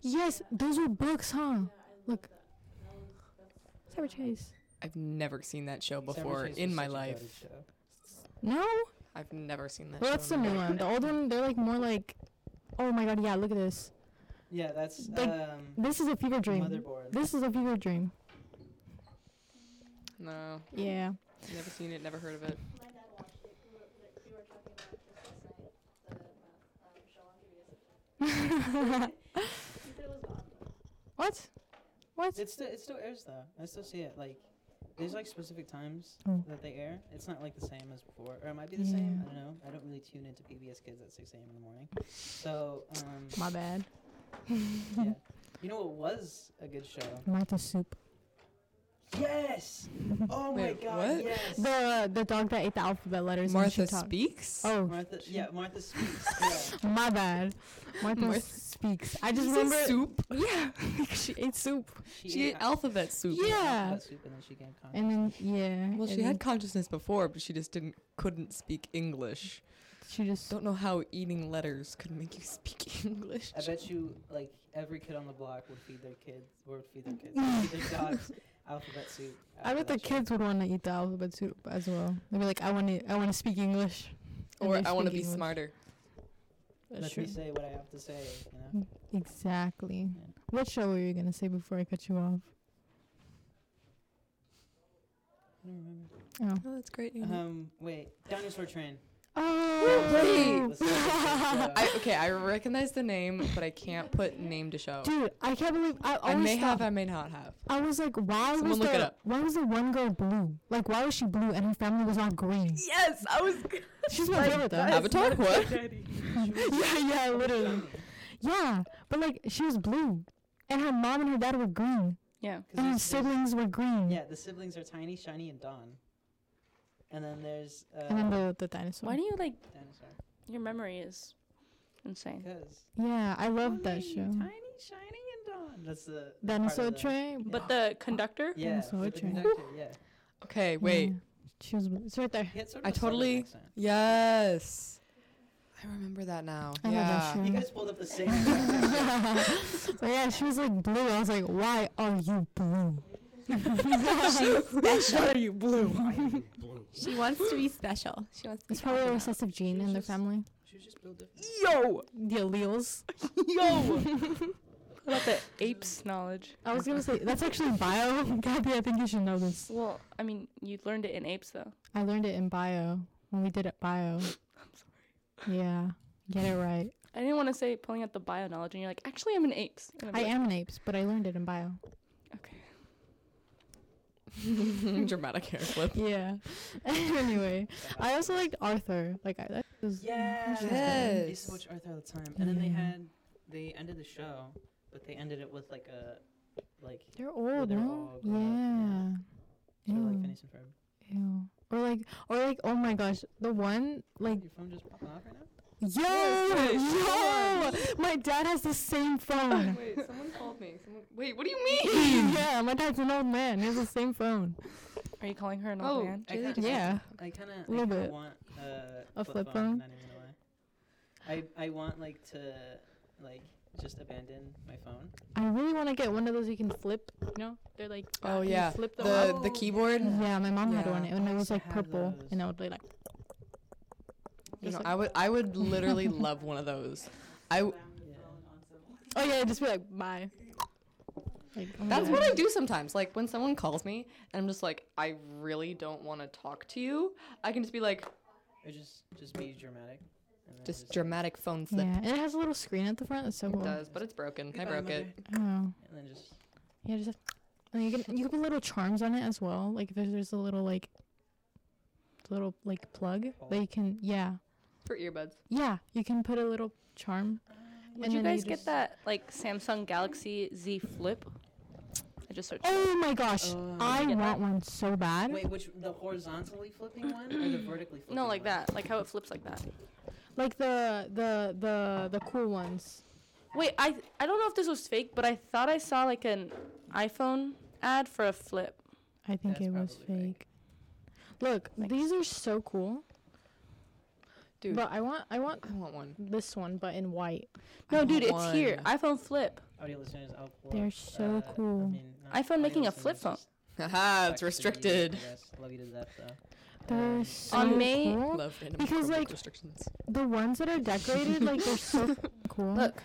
[SPEAKER 2] yes, those were books, huh? Look, Cyber Chase.
[SPEAKER 3] I've never seen that show
[SPEAKER 1] Sarah
[SPEAKER 3] before
[SPEAKER 1] Chase
[SPEAKER 3] in
[SPEAKER 1] was
[SPEAKER 3] my
[SPEAKER 1] such a
[SPEAKER 3] life.
[SPEAKER 1] garbage show.
[SPEAKER 2] No,
[SPEAKER 3] I've never seen that.
[SPEAKER 2] well
[SPEAKER 3] show
[SPEAKER 2] that's the
[SPEAKER 3] in my
[SPEAKER 2] new
[SPEAKER 3] life.
[SPEAKER 2] one. The old one, they're like more like, oh my god, yeah, look at this.
[SPEAKER 1] Yeah, that's
[SPEAKER 2] Like,
[SPEAKER 1] um,
[SPEAKER 2] This is a fever dream.
[SPEAKER 1] Motherboard.
[SPEAKER 2] This is a fever dream.
[SPEAKER 3] No,
[SPEAKER 2] Yeah.
[SPEAKER 3] never seen it. Never heard of it.
[SPEAKER 2] What? What?
[SPEAKER 1] It still it still airs though. I still see it. Like there's like specific times
[SPEAKER 2] Oh.
[SPEAKER 1] that they air. It's not like the same as before, or it might be the same.
[SPEAKER 2] Yeah.
[SPEAKER 1] I don't know. I don't really tune into PBS Kids at 6 a.m. in the morning. So um,
[SPEAKER 2] My bad.
[SPEAKER 1] yeah. You know what was a good show?
[SPEAKER 2] Martha Soup.
[SPEAKER 1] Yes. Oh my
[SPEAKER 3] Wait,
[SPEAKER 1] God.
[SPEAKER 3] what?
[SPEAKER 1] Yes.
[SPEAKER 2] The the dog that ate the alphabet letters. and she
[SPEAKER 3] Martha
[SPEAKER 2] talked.
[SPEAKER 3] speaks.
[SPEAKER 2] Oh,
[SPEAKER 1] Martha. Yeah, Martha speaks. yeah.
[SPEAKER 2] my bad. Martha,
[SPEAKER 3] Martha-
[SPEAKER 2] speaks. I just
[SPEAKER 3] Is it
[SPEAKER 2] remember.
[SPEAKER 3] soup.
[SPEAKER 2] Yeah, she ate soup.
[SPEAKER 3] She ate
[SPEAKER 1] al-
[SPEAKER 3] alphabet soup.
[SPEAKER 1] she ate
[SPEAKER 2] Yeah.
[SPEAKER 1] alphabet soup and then she gained consciousness.
[SPEAKER 2] And then yeah.
[SPEAKER 3] Well, she
[SPEAKER 2] and
[SPEAKER 3] had consciousness before, but she just didn't couldn't speak English.
[SPEAKER 2] She just.
[SPEAKER 3] Don't know how eating letters could make you speak English.
[SPEAKER 1] I bet you, like every kid on the block would feed their kids, or would feed their kids, would feed their dogs alphabet soup.
[SPEAKER 2] I
[SPEAKER 1] after
[SPEAKER 2] bet the
[SPEAKER 1] that show.
[SPEAKER 2] kids would want to eat the alphabet soup as well. They'd be like, I want to. I want to speak English. And
[SPEAKER 3] Or
[SPEAKER 2] they
[SPEAKER 3] I want to
[SPEAKER 2] speak
[SPEAKER 3] be
[SPEAKER 2] English.
[SPEAKER 3] smarter.
[SPEAKER 2] That's
[SPEAKER 1] Let me
[SPEAKER 2] true.
[SPEAKER 1] say what I have to say. You know.
[SPEAKER 2] Exactly.
[SPEAKER 1] Yeah.
[SPEAKER 2] What show were you gonna say before I cut you off?
[SPEAKER 1] I don't remember.
[SPEAKER 2] Oh.
[SPEAKER 3] Oh, that's great.
[SPEAKER 1] Um, wait, dinosaur train.
[SPEAKER 2] Oh.
[SPEAKER 1] Let's see if it's, uh,
[SPEAKER 3] I, okay, I recognize the name, but I can't put name to show.
[SPEAKER 2] Dude, I can't believe I
[SPEAKER 3] I
[SPEAKER 2] always
[SPEAKER 3] may
[SPEAKER 2] thought-
[SPEAKER 3] have, I may not have.
[SPEAKER 2] I was like, why
[SPEAKER 3] Someone
[SPEAKER 2] was
[SPEAKER 3] look it
[SPEAKER 2] the,
[SPEAKER 3] up.
[SPEAKER 2] why was the one girl blue? Like, why was she blue and her family was all green? Yes, I was. She's my favorite though.
[SPEAKER 3] Avatar? What?
[SPEAKER 2] yeah, yeah, literally. Yeah, but like she was blue, and her mom and her dad were green,
[SPEAKER 4] Yeah.
[SPEAKER 1] 'Cause
[SPEAKER 2] and her
[SPEAKER 1] there's- there's-
[SPEAKER 2] Oh, siblings were green.
[SPEAKER 1] Yeah, the siblings are tiny, shiny, and Dawn. And then there's uh,
[SPEAKER 2] And then the the dinosaur.
[SPEAKER 4] Why do you like
[SPEAKER 1] dinosaur.
[SPEAKER 4] your memory is insane?
[SPEAKER 1] Because
[SPEAKER 2] yeah, I love that
[SPEAKER 1] Only
[SPEAKER 2] show.
[SPEAKER 1] Tiny, shiny, and Dawn. That's the the part
[SPEAKER 2] Dinosaur
[SPEAKER 1] of the-
[SPEAKER 2] train. But
[SPEAKER 4] But the conductor,
[SPEAKER 1] Yeah,
[SPEAKER 2] Dinosaur
[SPEAKER 1] with the
[SPEAKER 2] train.
[SPEAKER 1] conductor, yeah.
[SPEAKER 6] Mm.
[SPEAKER 3] Okay, wait.
[SPEAKER 2] she was. Blue. It's right there.
[SPEAKER 1] He had sort of
[SPEAKER 3] I
[SPEAKER 1] a southern
[SPEAKER 3] totally-
[SPEAKER 1] accent.
[SPEAKER 3] Yes. I remember that now.
[SPEAKER 6] Oh
[SPEAKER 2] I love that
[SPEAKER 3] yeah.
[SPEAKER 2] show.
[SPEAKER 1] You guys pulled up the same. accent.
[SPEAKER 2] but yeah, she was like blue. I was like, why are you blue?
[SPEAKER 3] are you blue?
[SPEAKER 6] She wants to be special. She wants to
[SPEAKER 2] It's probably a recessive gene in their
[SPEAKER 1] Just-
[SPEAKER 2] family.
[SPEAKER 1] She was just built different.
[SPEAKER 4] yo,
[SPEAKER 2] The alleles.
[SPEAKER 4] yo. what about the apes knowledge?
[SPEAKER 2] I was gonna say that's actually bio. Gabby, I think you should know this.
[SPEAKER 4] Well, I mean, you learned it in apes though.
[SPEAKER 2] I learned it in bio when we did it bio. I'm sorry. Yeah, get it right.
[SPEAKER 4] I didn't want to say pulling out the bio knowledge, and you're like, actually, I'm an apes. And I'm
[SPEAKER 2] I
[SPEAKER 4] like,
[SPEAKER 2] am an apes, but I learned it in bio.
[SPEAKER 4] Okay.
[SPEAKER 3] Dramatic hair flip.
[SPEAKER 2] Yeah. anyway, I also liked Arthur. Like I, that was
[SPEAKER 1] Yeah. I used
[SPEAKER 3] Yes.
[SPEAKER 1] to watch Arthur all the time. And then they
[SPEAKER 2] Yeah.
[SPEAKER 1] had they ended the show, but they ended it with like a like
[SPEAKER 2] They're old,
[SPEAKER 1] they're
[SPEAKER 2] no?
[SPEAKER 1] all
[SPEAKER 2] Yeah.
[SPEAKER 1] grown sort of like
[SPEAKER 2] Ew.
[SPEAKER 1] Phineas and Ferb.
[SPEAKER 2] Ew. Or like, or like, oh my gosh, the one like
[SPEAKER 1] Your phone just popping off right now?
[SPEAKER 2] Yo,
[SPEAKER 3] wait,
[SPEAKER 2] yo!
[SPEAKER 3] hold
[SPEAKER 2] My dad has the same phone.
[SPEAKER 3] Wait, someone called me. Someone... Wait, what do you mean?
[SPEAKER 2] yeah, my dad's an old man. He has the same phone.
[SPEAKER 4] Are you calling her an old
[SPEAKER 3] Oh.
[SPEAKER 4] man?
[SPEAKER 1] I kinda,
[SPEAKER 2] Yeah.
[SPEAKER 1] I kinda, I
[SPEAKER 2] Little
[SPEAKER 1] kinda
[SPEAKER 2] bit.
[SPEAKER 1] want uh,
[SPEAKER 2] A flip
[SPEAKER 1] phone,
[SPEAKER 2] phone?
[SPEAKER 1] not even gonna lie. I I want like to like just abandon my phone.
[SPEAKER 2] I really want to get one of those you can flip. You know, they're like that,
[SPEAKER 3] Oh,
[SPEAKER 2] and you
[SPEAKER 3] yeah.
[SPEAKER 2] flip them
[SPEAKER 3] The
[SPEAKER 2] up.
[SPEAKER 3] the keyboard.
[SPEAKER 2] Yeah, my mom had
[SPEAKER 3] Yeah.
[SPEAKER 2] one, and
[SPEAKER 1] I
[SPEAKER 2] it was
[SPEAKER 1] used to
[SPEAKER 2] like
[SPEAKER 1] have
[SPEAKER 2] purple,
[SPEAKER 1] those.
[SPEAKER 2] and I would be like.
[SPEAKER 3] You
[SPEAKER 2] just
[SPEAKER 3] know,
[SPEAKER 2] like-
[SPEAKER 3] I would I would literally love one of those. I w-
[SPEAKER 2] oh yeah, just be like bye. Like oh my
[SPEAKER 3] that's what
[SPEAKER 2] gosh.
[SPEAKER 3] I do sometimes. Like when someone calls me and I'm just like, I really don't want to talk to you. I can just be like,
[SPEAKER 1] Or just just be dramatic. And then
[SPEAKER 3] just dramatic phone slip.
[SPEAKER 2] Yeah, and it has a little screen at the front. That's so
[SPEAKER 3] It
[SPEAKER 2] cool.
[SPEAKER 3] does, but it's broken. I
[SPEAKER 1] Goodbye,
[SPEAKER 3] broke it.
[SPEAKER 1] mother.
[SPEAKER 2] Oh.
[SPEAKER 1] And then just
[SPEAKER 2] Yeah, just have, and you can you can put little charms on it as well. Like if there's, there's a little like little like plug that you can yeah
[SPEAKER 3] For earbuds.
[SPEAKER 2] yeah you can put a little charm.
[SPEAKER 6] Did
[SPEAKER 2] and
[SPEAKER 6] you
[SPEAKER 2] then
[SPEAKER 6] guys get
[SPEAKER 2] just-
[SPEAKER 6] that like Samsung Galaxy Z Flip? I just searched. it.
[SPEAKER 2] Oh my gosh,
[SPEAKER 1] Oh.
[SPEAKER 2] I want
[SPEAKER 6] Did you get that?
[SPEAKER 2] one so bad.
[SPEAKER 1] wait, which the horizontally flipping one or the vertically flipping?
[SPEAKER 6] No, like
[SPEAKER 1] one?
[SPEAKER 6] that. Like how it flips like that.
[SPEAKER 2] Like the the the the cool ones.
[SPEAKER 6] Wait, I I don't know if this was fake, but I thought I saw like an iPhone ad for a flip.
[SPEAKER 2] I think
[SPEAKER 1] That's
[SPEAKER 2] it was
[SPEAKER 1] probably
[SPEAKER 2] fake.
[SPEAKER 1] fake.
[SPEAKER 2] Look, these are so cool.
[SPEAKER 3] Dude.
[SPEAKER 2] But I want I want
[SPEAKER 3] I want one.
[SPEAKER 2] this one, but in white.
[SPEAKER 3] I
[SPEAKER 6] No, dude, it's
[SPEAKER 3] want
[SPEAKER 6] here.
[SPEAKER 3] one.
[SPEAKER 6] iPhone flip.
[SPEAKER 1] Audio listeners, I'll pull
[SPEAKER 2] They're
[SPEAKER 1] up, uh,
[SPEAKER 2] so cool.
[SPEAKER 1] I mean, not
[SPEAKER 6] I found
[SPEAKER 1] audio
[SPEAKER 6] making a
[SPEAKER 1] listeners,
[SPEAKER 6] flip phone.
[SPEAKER 1] just
[SPEAKER 3] Haha,
[SPEAKER 1] text
[SPEAKER 3] it's
[SPEAKER 1] to you,
[SPEAKER 3] restricted.
[SPEAKER 1] I guess. Love you to death, though.
[SPEAKER 2] They're
[SPEAKER 1] Um,
[SPEAKER 2] so
[SPEAKER 6] On May-
[SPEAKER 2] cool.
[SPEAKER 3] Love random
[SPEAKER 2] Because,
[SPEAKER 3] Chromebook
[SPEAKER 2] like-
[SPEAKER 3] restrictions.
[SPEAKER 2] The ones that are decorated, like they're so cool.
[SPEAKER 6] Look,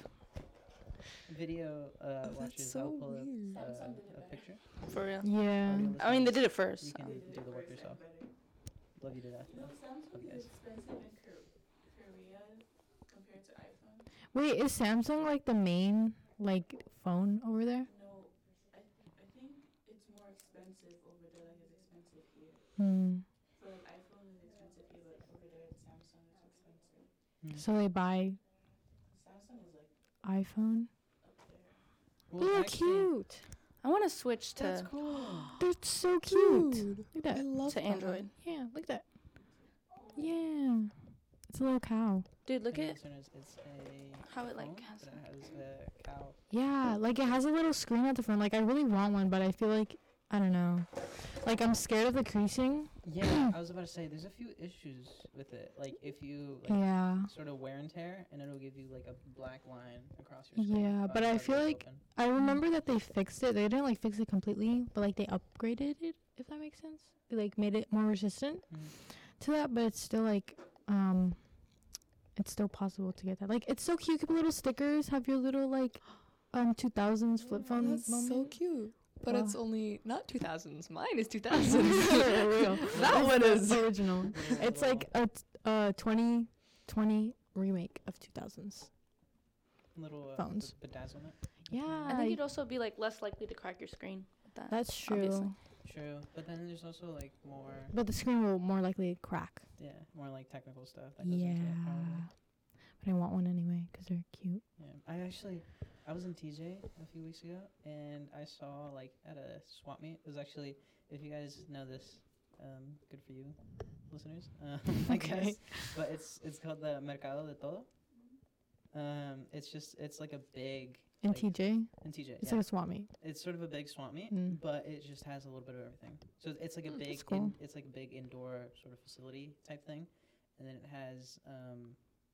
[SPEAKER 1] Video
[SPEAKER 3] Oh,
[SPEAKER 1] uh, watchers, I'll pull up uh, a picture.
[SPEAKER 6] for real.
[SPEAKER 2] Yeah.
[SPEAKER 1] Audio
[SPEAKER 6] I mean, they
[SPEAKER 1] listeners,
[SPEAKER 6] did it
[SPEAKER 1] You
[SPEAKER 6] first.
[SPEAKER 1] can do the work yourself. Love you to death.
[SPEAKER 5] No,
[SPEAKER 1] though.
[SPEAKER 5] Samsung
[SPEAKER 1] Okay.
[SPEAKER 5] is expensive in Kor- Korea compared to iPhone.
[SPEAKER 2] Wait, is Samsung like the main like phone over there?
[SPEAKER 5] No, I, I think it's more expensive over there, like it's expensive here.
[SPEAKER 2] Hmm.
[SPEAKER 5] So like iPhone is expensive here, but over there it's Samsung is expensive.
[SPEAKER 2] So they buy
[SPEAKER 5] Samsung is like
[SPEAKER 2] iPhone.
[SPEAKER 5] up there.
[SPEAKER 1] Well,
[SPEAKER 2] They're
[SPEAKER 1] actually,
[SPEAKER 2] cute.
[SPEAKER 6] I want to switch
[SPEAKER 1] That's
[SPEAKER 6] to
[SPEAKER 1] cool.
[SPEAKER 2] They're so cute. Look at that.
[SPEAKER 3] love
[SPEAKER 6] to Android.
[SPEAKER 2] Yeah, look at that. Yeah. It's a little cow.
[SPEAKER 6] Dude, look
[SPEAKER 1] Audio
[SPEAKER 6] at
[SPEAKER 1] listeners, It's a
[SPEAKER 6] how it like
[SPEAKER 1] phone,
[SPEAKER 6] has.
[SPEAKER 1] but it has a cow.
[SPEAKER 2] Yeah, like it has a little screen at the front. Like I really want one, but I feel like I don't know. Like I'm scared of the creasing.
[SPEAKER 1] Yeah, I was about to say there's a few issues with it. Like if you like,
[SPEAKER 2] Yeah.
[SPEAKER 1] sort of wear and tear, and it'll give you like a black line across your. screen
[SPEAKER 2] Yeah,
[SPEAKER 1] while
[SPEAKER 2] but I
[SPEAKER 1] your
[SPEAKER 2] feel
[SPEAKER 1] web's
[SPEAKER 2] like
[SPEAKER 1] open.
[SPEAKER 2] I remember that they fixed it. They didn't like fix it completely, but like they upgraded it, if that makes sense. They like made it more resistant
[SPEAKER 3] Mm.
[SPEAKER 1] Mhm.
[SPEAKER 2] to that, but it's still like um it's still possible to get that. Like it's so cute. You can put little stickers, have your little like um 2000s flip phone
[SPEAKER 3] Oh That's
[SPEAKER 2] moment.
[SPEAKER 3] so cute. But
[SPEAKER 2] Wow.
[SPEAKER 3] it's only not 2000s. Mine is 2000s.
[SPEAKER 2] that
[SPEAKER 3] That one is-
[SPEAKER 2] original.
[SPEAKER 1] Little,
[SPEAKER 2] It's
[SPEAKER 1] little,
[SPEAKER 2] like a t- uh 2020 remake of 2000s.
[SPEAKER 1] little uh,
[SPEAKER 2] phones.
[SPEAKER 1] bed- bedazzlement.
[SPEAKER 2] Yeah,
[SPEAKER 6] I think you'd also be like less likely to crack your screen. With that.
[SPEAKER 2] that's true.
[SPEAKER 6] obviously.
[SPEAKER 1] True, but then there's also like more,
[SPEAKER 2] But the screen will more likely crack.
[SPEAKER 1] yeah, more like technical stuff. That goes
[SPEAKER 2] Yeah,
[SPEAKER 1] Into it, probably.
[SPEAKER 2] but I want one anyway because they're cute.
[SPEAKER 1] yeah. I actually, I was in TJ a few weeks ago, and I saw like at a swap meet. It was actually, if you guys know this, um, good for you, listeners. Um, I guess. But it's it's called the Mercado de Todo. Um, it's just it's like a big
[SPEAKER 2] And
[SPEAKER 1] like,
[SPEAKER 2] TJ,
[SPEAKER 1] in TJ.
[SPEAKER 2] it's
[SPEAKER 1] yeah.
[SPEAKER 2] like a swap meet.
[SPEAKER 1] it's sort of a big swamp meet,
[SPEAKER 2] Mm.
[SPEAKER 1] but it just has a little bit of everything. So it's like a
[SPEAKER 2] Mm,
[SPEAKER 1] big,
[SPEAKER 2] that's cool.
[SPEAKER 1] in, it's like a big indoor sort of facility type thing, and then it has um,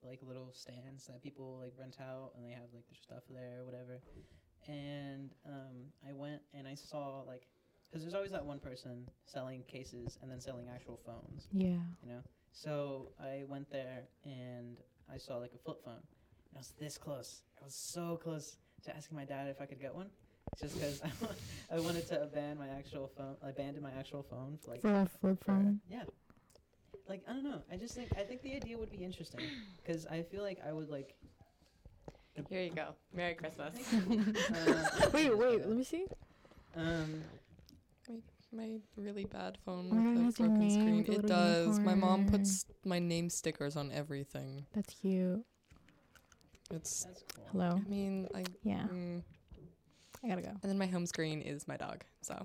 [SPEAKER 1] like little stands that people like rent out, and they have like their stuff there, whatever. And um, I went and I saw like, because there's always that one person selling cases and then selling actual phones
[SPEAKER 2] Yeah.
[SPEAKER 1] you know. So I went there and I saw like a flip phone, and I was this close. I was so close to asking my dad if I could get one, just because I, wa- I wanted to abandon my actual phone, abandon my actual phone for like
[SPEAKER 2] For a flip
[SPEAKER 1] for-
[SPEAKER 2] phone.
[SPEAKER 1] yeah. Like I don't know. I just think I think the idea would be interesting because I feel like I would like.
[SPEAKER 3] Here you go. Merry Christmas.
[SPEAKER 1] Uh,
[SPEAKER 2] wait, wait. Let me see.
[SPEAKER 1] Um,
[SPEAKER 3] My really bad phone
[SPEAKER 2] Oh my God, it
[SPEAKER 3] with
[SPEAKER 2] has
[SPEAKER 3] the
[SPEAKER 2] your
[SPEAKER 3] broken
[SPEAKER 2] name
[SPEAKER 3] screen.
[SPEAKER 2] with the
[SPEAKER 3] It
[SPEAKER 2] little
[SPEAKER 3] does. My mom
[SPEAKER 2] unicorn.
[SPEAKER 3] puts my name stickers on everything.
[SPEAKER 2] That's cute.
[SPEAKER 3] It's.
[SPEAKER 1] that's cool.
[SPEAKER 2] Hello.
[SPEAKER 3] I mean, I.
[SPEAKER 2] Oh. Yeah.
[SPEAKER 3] mm.
[SPEAKER 2] I gotta go.
[SPEAKER 3] And then my home screen is my dog. So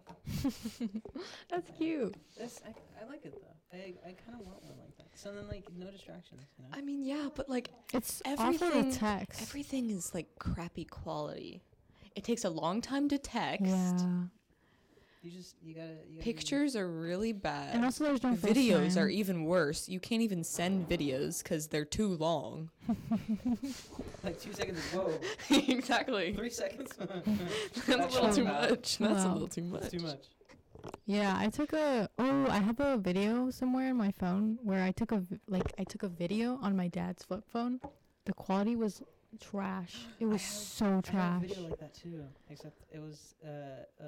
[SPEAKER 2] That's cute.
[SPEAKER 1] That's, I, I like it though. I I kind of want one like that. So then like no distractions, you know.
[SPEAKER 3] I mean, yeah, but like
[SPEAKER 2] It's awful
[SPEAKER 3] Everything-
[SPEAKER 2] to text.
[SPEAKER 3] everything is like crappy quality. It takes a long time to text.
[SPEAKER 2] Yeah.
[SPEAKER 1] You just you gotta. You gotta be-
[SPEAKER 3] Pictures are really bad.
[SPEAKER 2] And also, there's no
[SPEAKER 3] videos are
[SPEAKER 2] FaceTime.
[SPEAKER 3] even worse. You can't even send videos because they're too long.
[SPEAKER 1] like two seconds. is Whoa,
[SPEAKER 3] exactly.
[SPEAKER 1] three seconds.
[SPEAKER 3] That's a little too much. That's a
[SPEAKER 2] Wow.
[SPEAKER 3] little too much.
[SPEAKER 1] That's too much.
[SPEAKER 2] Yeah, I took a oh, I have a video somewhere in my phone where I took a v- like I took a video on my dad's flip phone. The quality was trash. It was so
[SPEAKER 1] I had a
[SPEAKER 2] trash.
[SPEAKER 1] video like that too, except it was uh uh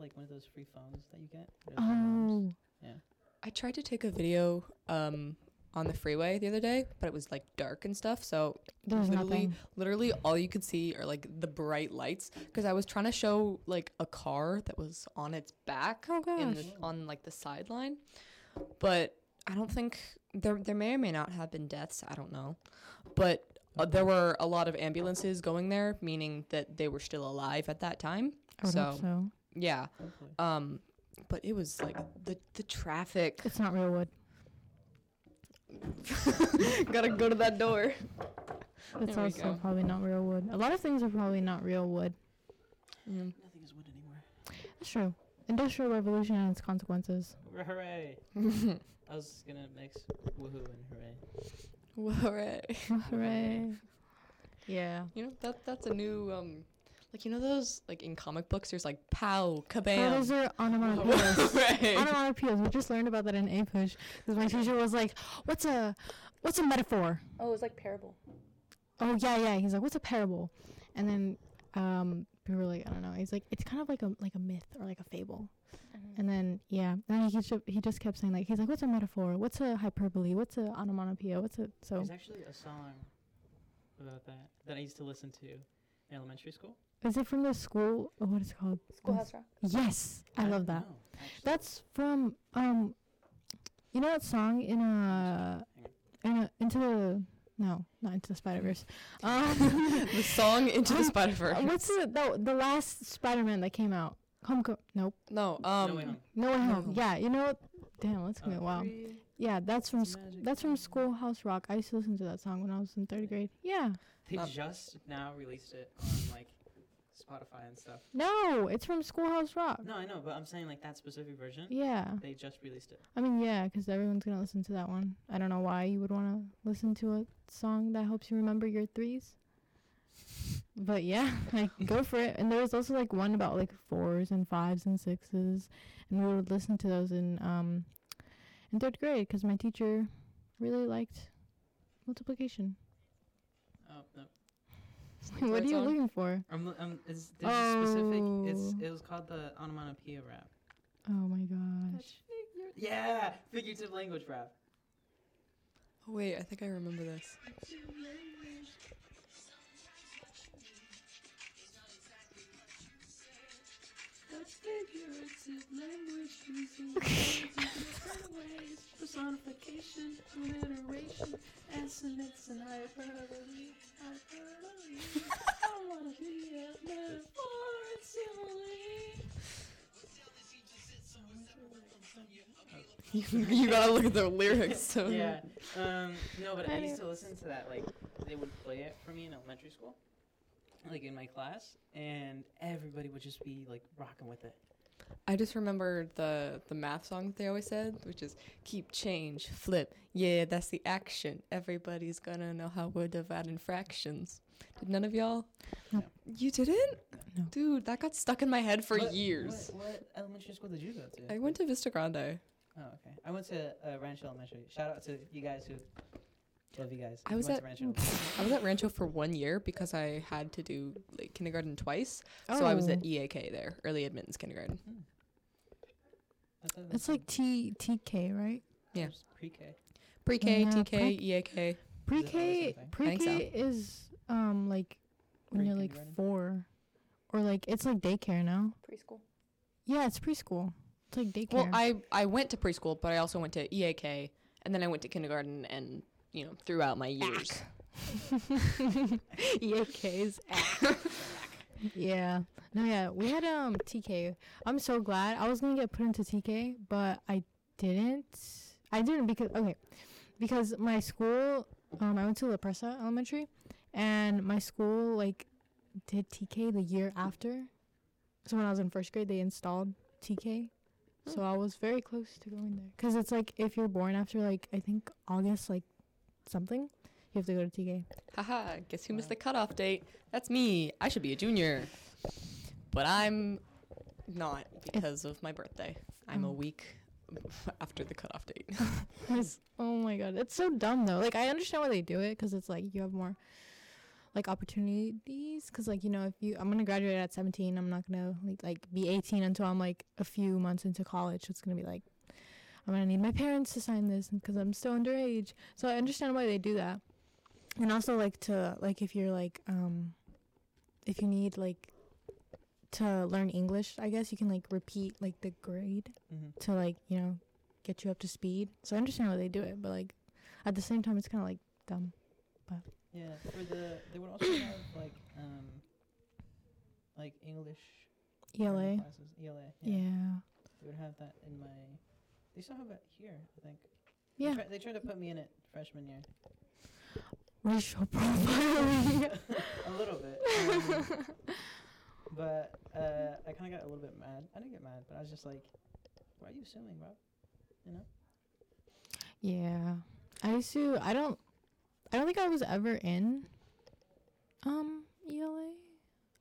[SPEAKER 1] like one of those free phones that you get. It was one of those.
[SPEAKER 2] Oh,
[SPEAKER 3] I tried to take a video um, on the freeway the other day, but it was like dark and stuff. So
[SPEAKER 2] there's
[SPEAKER 3] literally,
[SPEAKER 2] nothing.
[SPEAKER 3] literally all you could see are like the bright lights. Because I was trying to show like a car that was on its back
[SPEAKER 2] Oh
[SPEAKER 3] in
[SPEAKER 2] gosh.
[SPEAKER 3] the, on like the sideline, but I don't think there there may or may not have been deaths. I don't know, but uh, there were a lot of ambulances going there, meaning that they were still alive at that time.
[SPEAKER 2] I would hope
[SPEAKER 3] so
[SPEAKER 2] so
[SPEAKER 3] yeah,
[SPEAKER 2] Oh.
[SPEAKER 1] Hopefully.
[SPEAKER 3] um, but it was like the the traffic.
[SPEAKER 2] it's not real wood.
[SPEAKER 3] Gotta go to that door.
[SPEAKER 2] It's
[SPEAKER 3] There we
[SPEAKER 2] also
[SPEAKER 3] go.
[SPEAKER 2] probably not real wood. A lot of things are probably not real wood.
[SPEAKER 1] Nothing is wood anymore.
[SPEAKER 2] That's true. Industrial revolution and its consequences.
[SPEAKER 1] Hooray! I was gonna mix woohoo and hooray.
[SPEAKER 3] Well, right.
[SPEAKER 2] Hooray! Yeah.
[SPEAKER 3] You know that that's a new um, like you know those like in comic books there's like pow
[SPEAKER 2] Oh,
[SPEAKER 3] kabam.
[SPEAKER 2] those are onomatopoeias.
[SPEAKER 3] Um,
[SPEAKER 2] onomatopoeias. We just learned about that in A push because my teacher was like, "What's a, what's a metaphor?"
[SPEAKER 6] Oh, it's like parable.
[SPEAKER 2] Oh yeah, yeah. He's like, "What's a parable?" And then um, we were like, "I don't know." He's like, "It's kind of like a like a myth or like a fable." And then yeah, then he just he just kept saying like, he's like, "What's a metaphor? What's a hyperbole? What's a onomatopoeia? What's a so?"
[SPEAKER 1] There's actually a song about that that I used to listen to in elementary school.
[SPEAKER 2] Is it from the school? Oh, what is it called?
[SPEAKER 6] Schoolhouse Rock.
[SPEAKER 2] Yes, I
[SPEAKER 1] don't
[SPEAKER 2] love that.
[SPEAKER 1] know, actually.
[SPEAKER 2] That's from um, you know that song in a in a into the no not into the Spider Verse. Um,
[SPEAKER 3] the song into the
[SPEAKER 2] Um,
[SPEAKER 3] Spider Verse.
[SPEAKER 2] what's the, the the last Spider Man that came out? Homecoming? Nope.
[SPEAKER 3] No,
[SPEAKER 1] No
[SPEAKER 3] um,
[SPEAKER 1] Way Home.
[SPEAKER 2] No Way Home.
[SPEAKER 3] No.
[SPEAKER 2] Yeah, you know. what? Damn, that's gonna
[SPEAKER 1] Uh,
[SPEAKER 2] be wow.
[SPEAKER 1] free
[SPEAKER 2] Yeah, that's from sc-
[SPEAKER 1] magic
[SPEAKER 2] that's from
[SPEAKER 1] number.
[SPEAKER 2] Schoolhouse Rock. I used to listen to that song when I was in third grade. Yeah.
[SPEAKER 1] They
[SPEAKER 2] Uh,
[SPEAKER 3] Um,
[SPEAKER 1] just now released it on like Spotify and stuff.
[SPEAKER 2] No, it's from Schoolhouse Rock.
[SPEAKER 1] No, I know, but I'm saying like that specific version.
[SPEAKER 2] Yeah.
[SPEAKER 1] They just released it.
[SPEAKER 2] I mean, yeah, 'cause everyone's gonna listen to that one. I don't know why you would want to listen to a song that helps you remember your threes. But yeah, like go for it. And there was also like one about like fours and fives and sixes, and we would listen to those in um in third grade 'cause my teacher really liked multiplication.
[SPEAKER 1] Oh no,
[SPEAKER 2] what are
[SPEAKER 3] Words
[SPEAKER 2] you
[SPEAKER 3] on.
[SPEAKER 2] looking for?
[SPEAKER 1] I'm, l- I'm it's, there's a specific. It's
[SPEAKER 2] Oh.
[SPEAKER 1] it was called the onomatopoeia rap.
[SPEAKER 2] Oh my gosh!
[SPEAKER 1] Yeah, figurative language rap.
[SPEAKER 3] Oh, wait, I think I remember this.
[SPEAKER 5] That's figurative language using ways, personification, alliteration, assonance, and hyperbole. Hyperbole. I wanna be a metaphor and simile.
[SPEAKER 3] You, you gotta look at the lyrics. So
[SPEAKER 1] Yeah. Um. No, but I used to listen to that. Like they would play it for me in elementary school, like in my class, and everybody would just be like rocking with it.
[SPEAKER 3] I just remember the the math song that they always said, which is keep change, flip. Yeah, that's the action. Everybody's gonna know how we're dividing fractions. Did none of y'all?
[SPEAKER 1] No.
[SPEAKER 3] You didn't?
[SPEAKER 2] No.
[SPEAKER 3] Dude, that got stuck in my head for
[SPEAKER 1] What-
[SPEAKER 3] years.
[SPEAKER 1] What, what elementary school did you go to?
[SPEAKER 3] I went to Vista Grande.
[SPEAKER 1] Oh, okay. I went to uh, Rancho Elementary. Shout out to you guys who love you guys.
[SPEAKER 3] I was
[SPEAKER 1] went
[SPEAKER 3] at-
[SPEAKER 1] to Rancho. Elementary.
[SPEAKER 3] I was at Rancho for one year because I had to do like kindergarten twice. So I was
[SPEAKER 2] Oh.
[SPEAKER 3] at E- EAK there, early admittance kindergarten.
[SPEAKER 1] I thought that
[SPEAKER 2] It's
[SPEAKER 1] was
[SPEAKER 2] like T T K right?
[SPEAKER 3] yeah.
[SPEAKER 1] Pre-K.
[SPEAKER 3] Pre-K,
[SPEAKER 2] Yeah,
[SPEAKER 3] TK,
[SPEAKER 2] pre-
[SPEAKER 3] EAK.
[SPEAKER 1] Is
[SPEAKER 2] Pre
[SPEAKER 1] it always
[SPEAKER 2] K
[SPEAKER 1] something?
[SPEAKER 2] pre
[SPEAKER 3] I think so.
[SPEAKER 2] K is um like when you're like
[SPEAKER 1] Pre-kindergarten?
[SPEAKER 2] four, or like it's like daycare now.
[SPEAKER 6] Preschool.
[SPEAKER 2] Yeah, it's preschool. It's like daycare.
[SPEAKER 3] Well, I I went to preschool, but I also went to EAK, and then I went to kindergarten, and you know throughout my years.
[SPEAKER 2] EAK's yeah. No, yeah. We had um TK. I'm so glad I was gonna get put into TK, but I didn't. I didn't because okay, because my school. Um, I went to La Presa Elementary, and my school like did TK the year after. So when I was in first grade, they installed TK. So I was very close to going there. Because it's like if you're born after like, I think August, like something, you have to go to TK.
[SPEAKER 3] Haha, guess who missed the cutoff date? That's me. I should be a junior. But I'm not because of my birthday. I'm a
[SPEAKER 2] Mm.
[SPEAKER 3] week after the cutoff date.
[SPEAKER 2] That's- oh my god, it's so dumb though. Like I understand why they do it because it's like you have more like opportunities. Because like you know, if you I'm gonna graduate at 17, I'm not gonna like, like be 18 until I'm like a few months into college. So it's gonna be like I'm gonna need my parents to sign this because I'm still underage. So I understand why they do that. And also like to like if you're like um if you need like to learn English, I guess you can like repeat like the grade
[SPEAKER 1] Mhm.
[SPEAKER 2] to like you know get you up to speed. So I understand why they do it, but like at the same time, it's kind of like dumb.
[SPEAKER 1] Yeah, for the they would also have like um like English kinda
[SPEAKER 2] ELA.
[SPEAKER 1] classes. E ELA.
[SPEAKER 2] E Yeah.
[SPEAKER 1] They would have that in my. They still have that here, I think. They
[SPEAKER 2] Yeah.
[SPEAKER 1] tri- they tried to put me in it freshman year.
[SPEAKER 2] Racial profiling.
[SPEAKER 1] a little bit. um, but uh, I kind of got a little bit mad. I didn't get mad, but I was just like, "Why are you assuming, bro?"
[SPEAKER 2] yeah. I used to. I don't. I don't think I was ever in. Um ELA.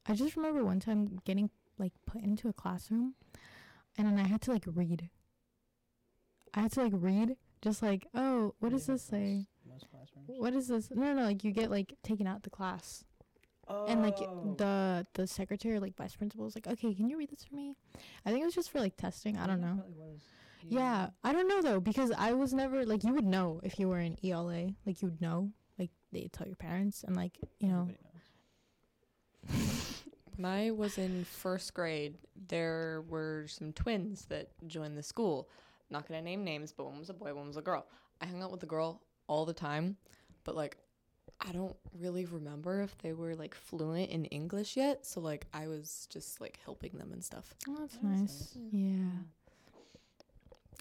[SPEAKER 2] I just remember one time getting like put into a classroom, and then I had to like read. I had to like read, just like, oh, what
[SPEAKER 1] They
[SPEAKER 2] does
[SPEAKER 1] have
[SPEAKER 2] this say?
[SPEAKER 1] Most, most classrooms.
[SPEAKER 2] What is this? No, no, no, like you get like taken out the class.
[SPEAKER 1] Oh.
[SPEAKER 2] and like the the secretary like vice principal was like okay can you read this for me i think it was just for like testing i
[SPEAKER 1] yeah,
[SPEAKER 2] don't
[SPEAKER 1] that
[SPEAKER 2] know
[SPEAKER 1] probably was.
[SPEAKER 2] yeah i don't know though because i was never like you would know if you were in ela like you'd know like they tell your parents and like you know
[SPEAKER 1] everybody knows.
[SPEAKER 3] When I was in first grade, there were some twins that joined the school. Not gonna name names, but one was a boy, one was a girl. I hung out with the girl all the time, but like, I don't really remember if they were like fluent in English yet. So like, I was just like helping them and stuff.
[SPEAKER 2] oh, that's
[SPEAKER 1] That makes
[SPEAKER 2] nice yeah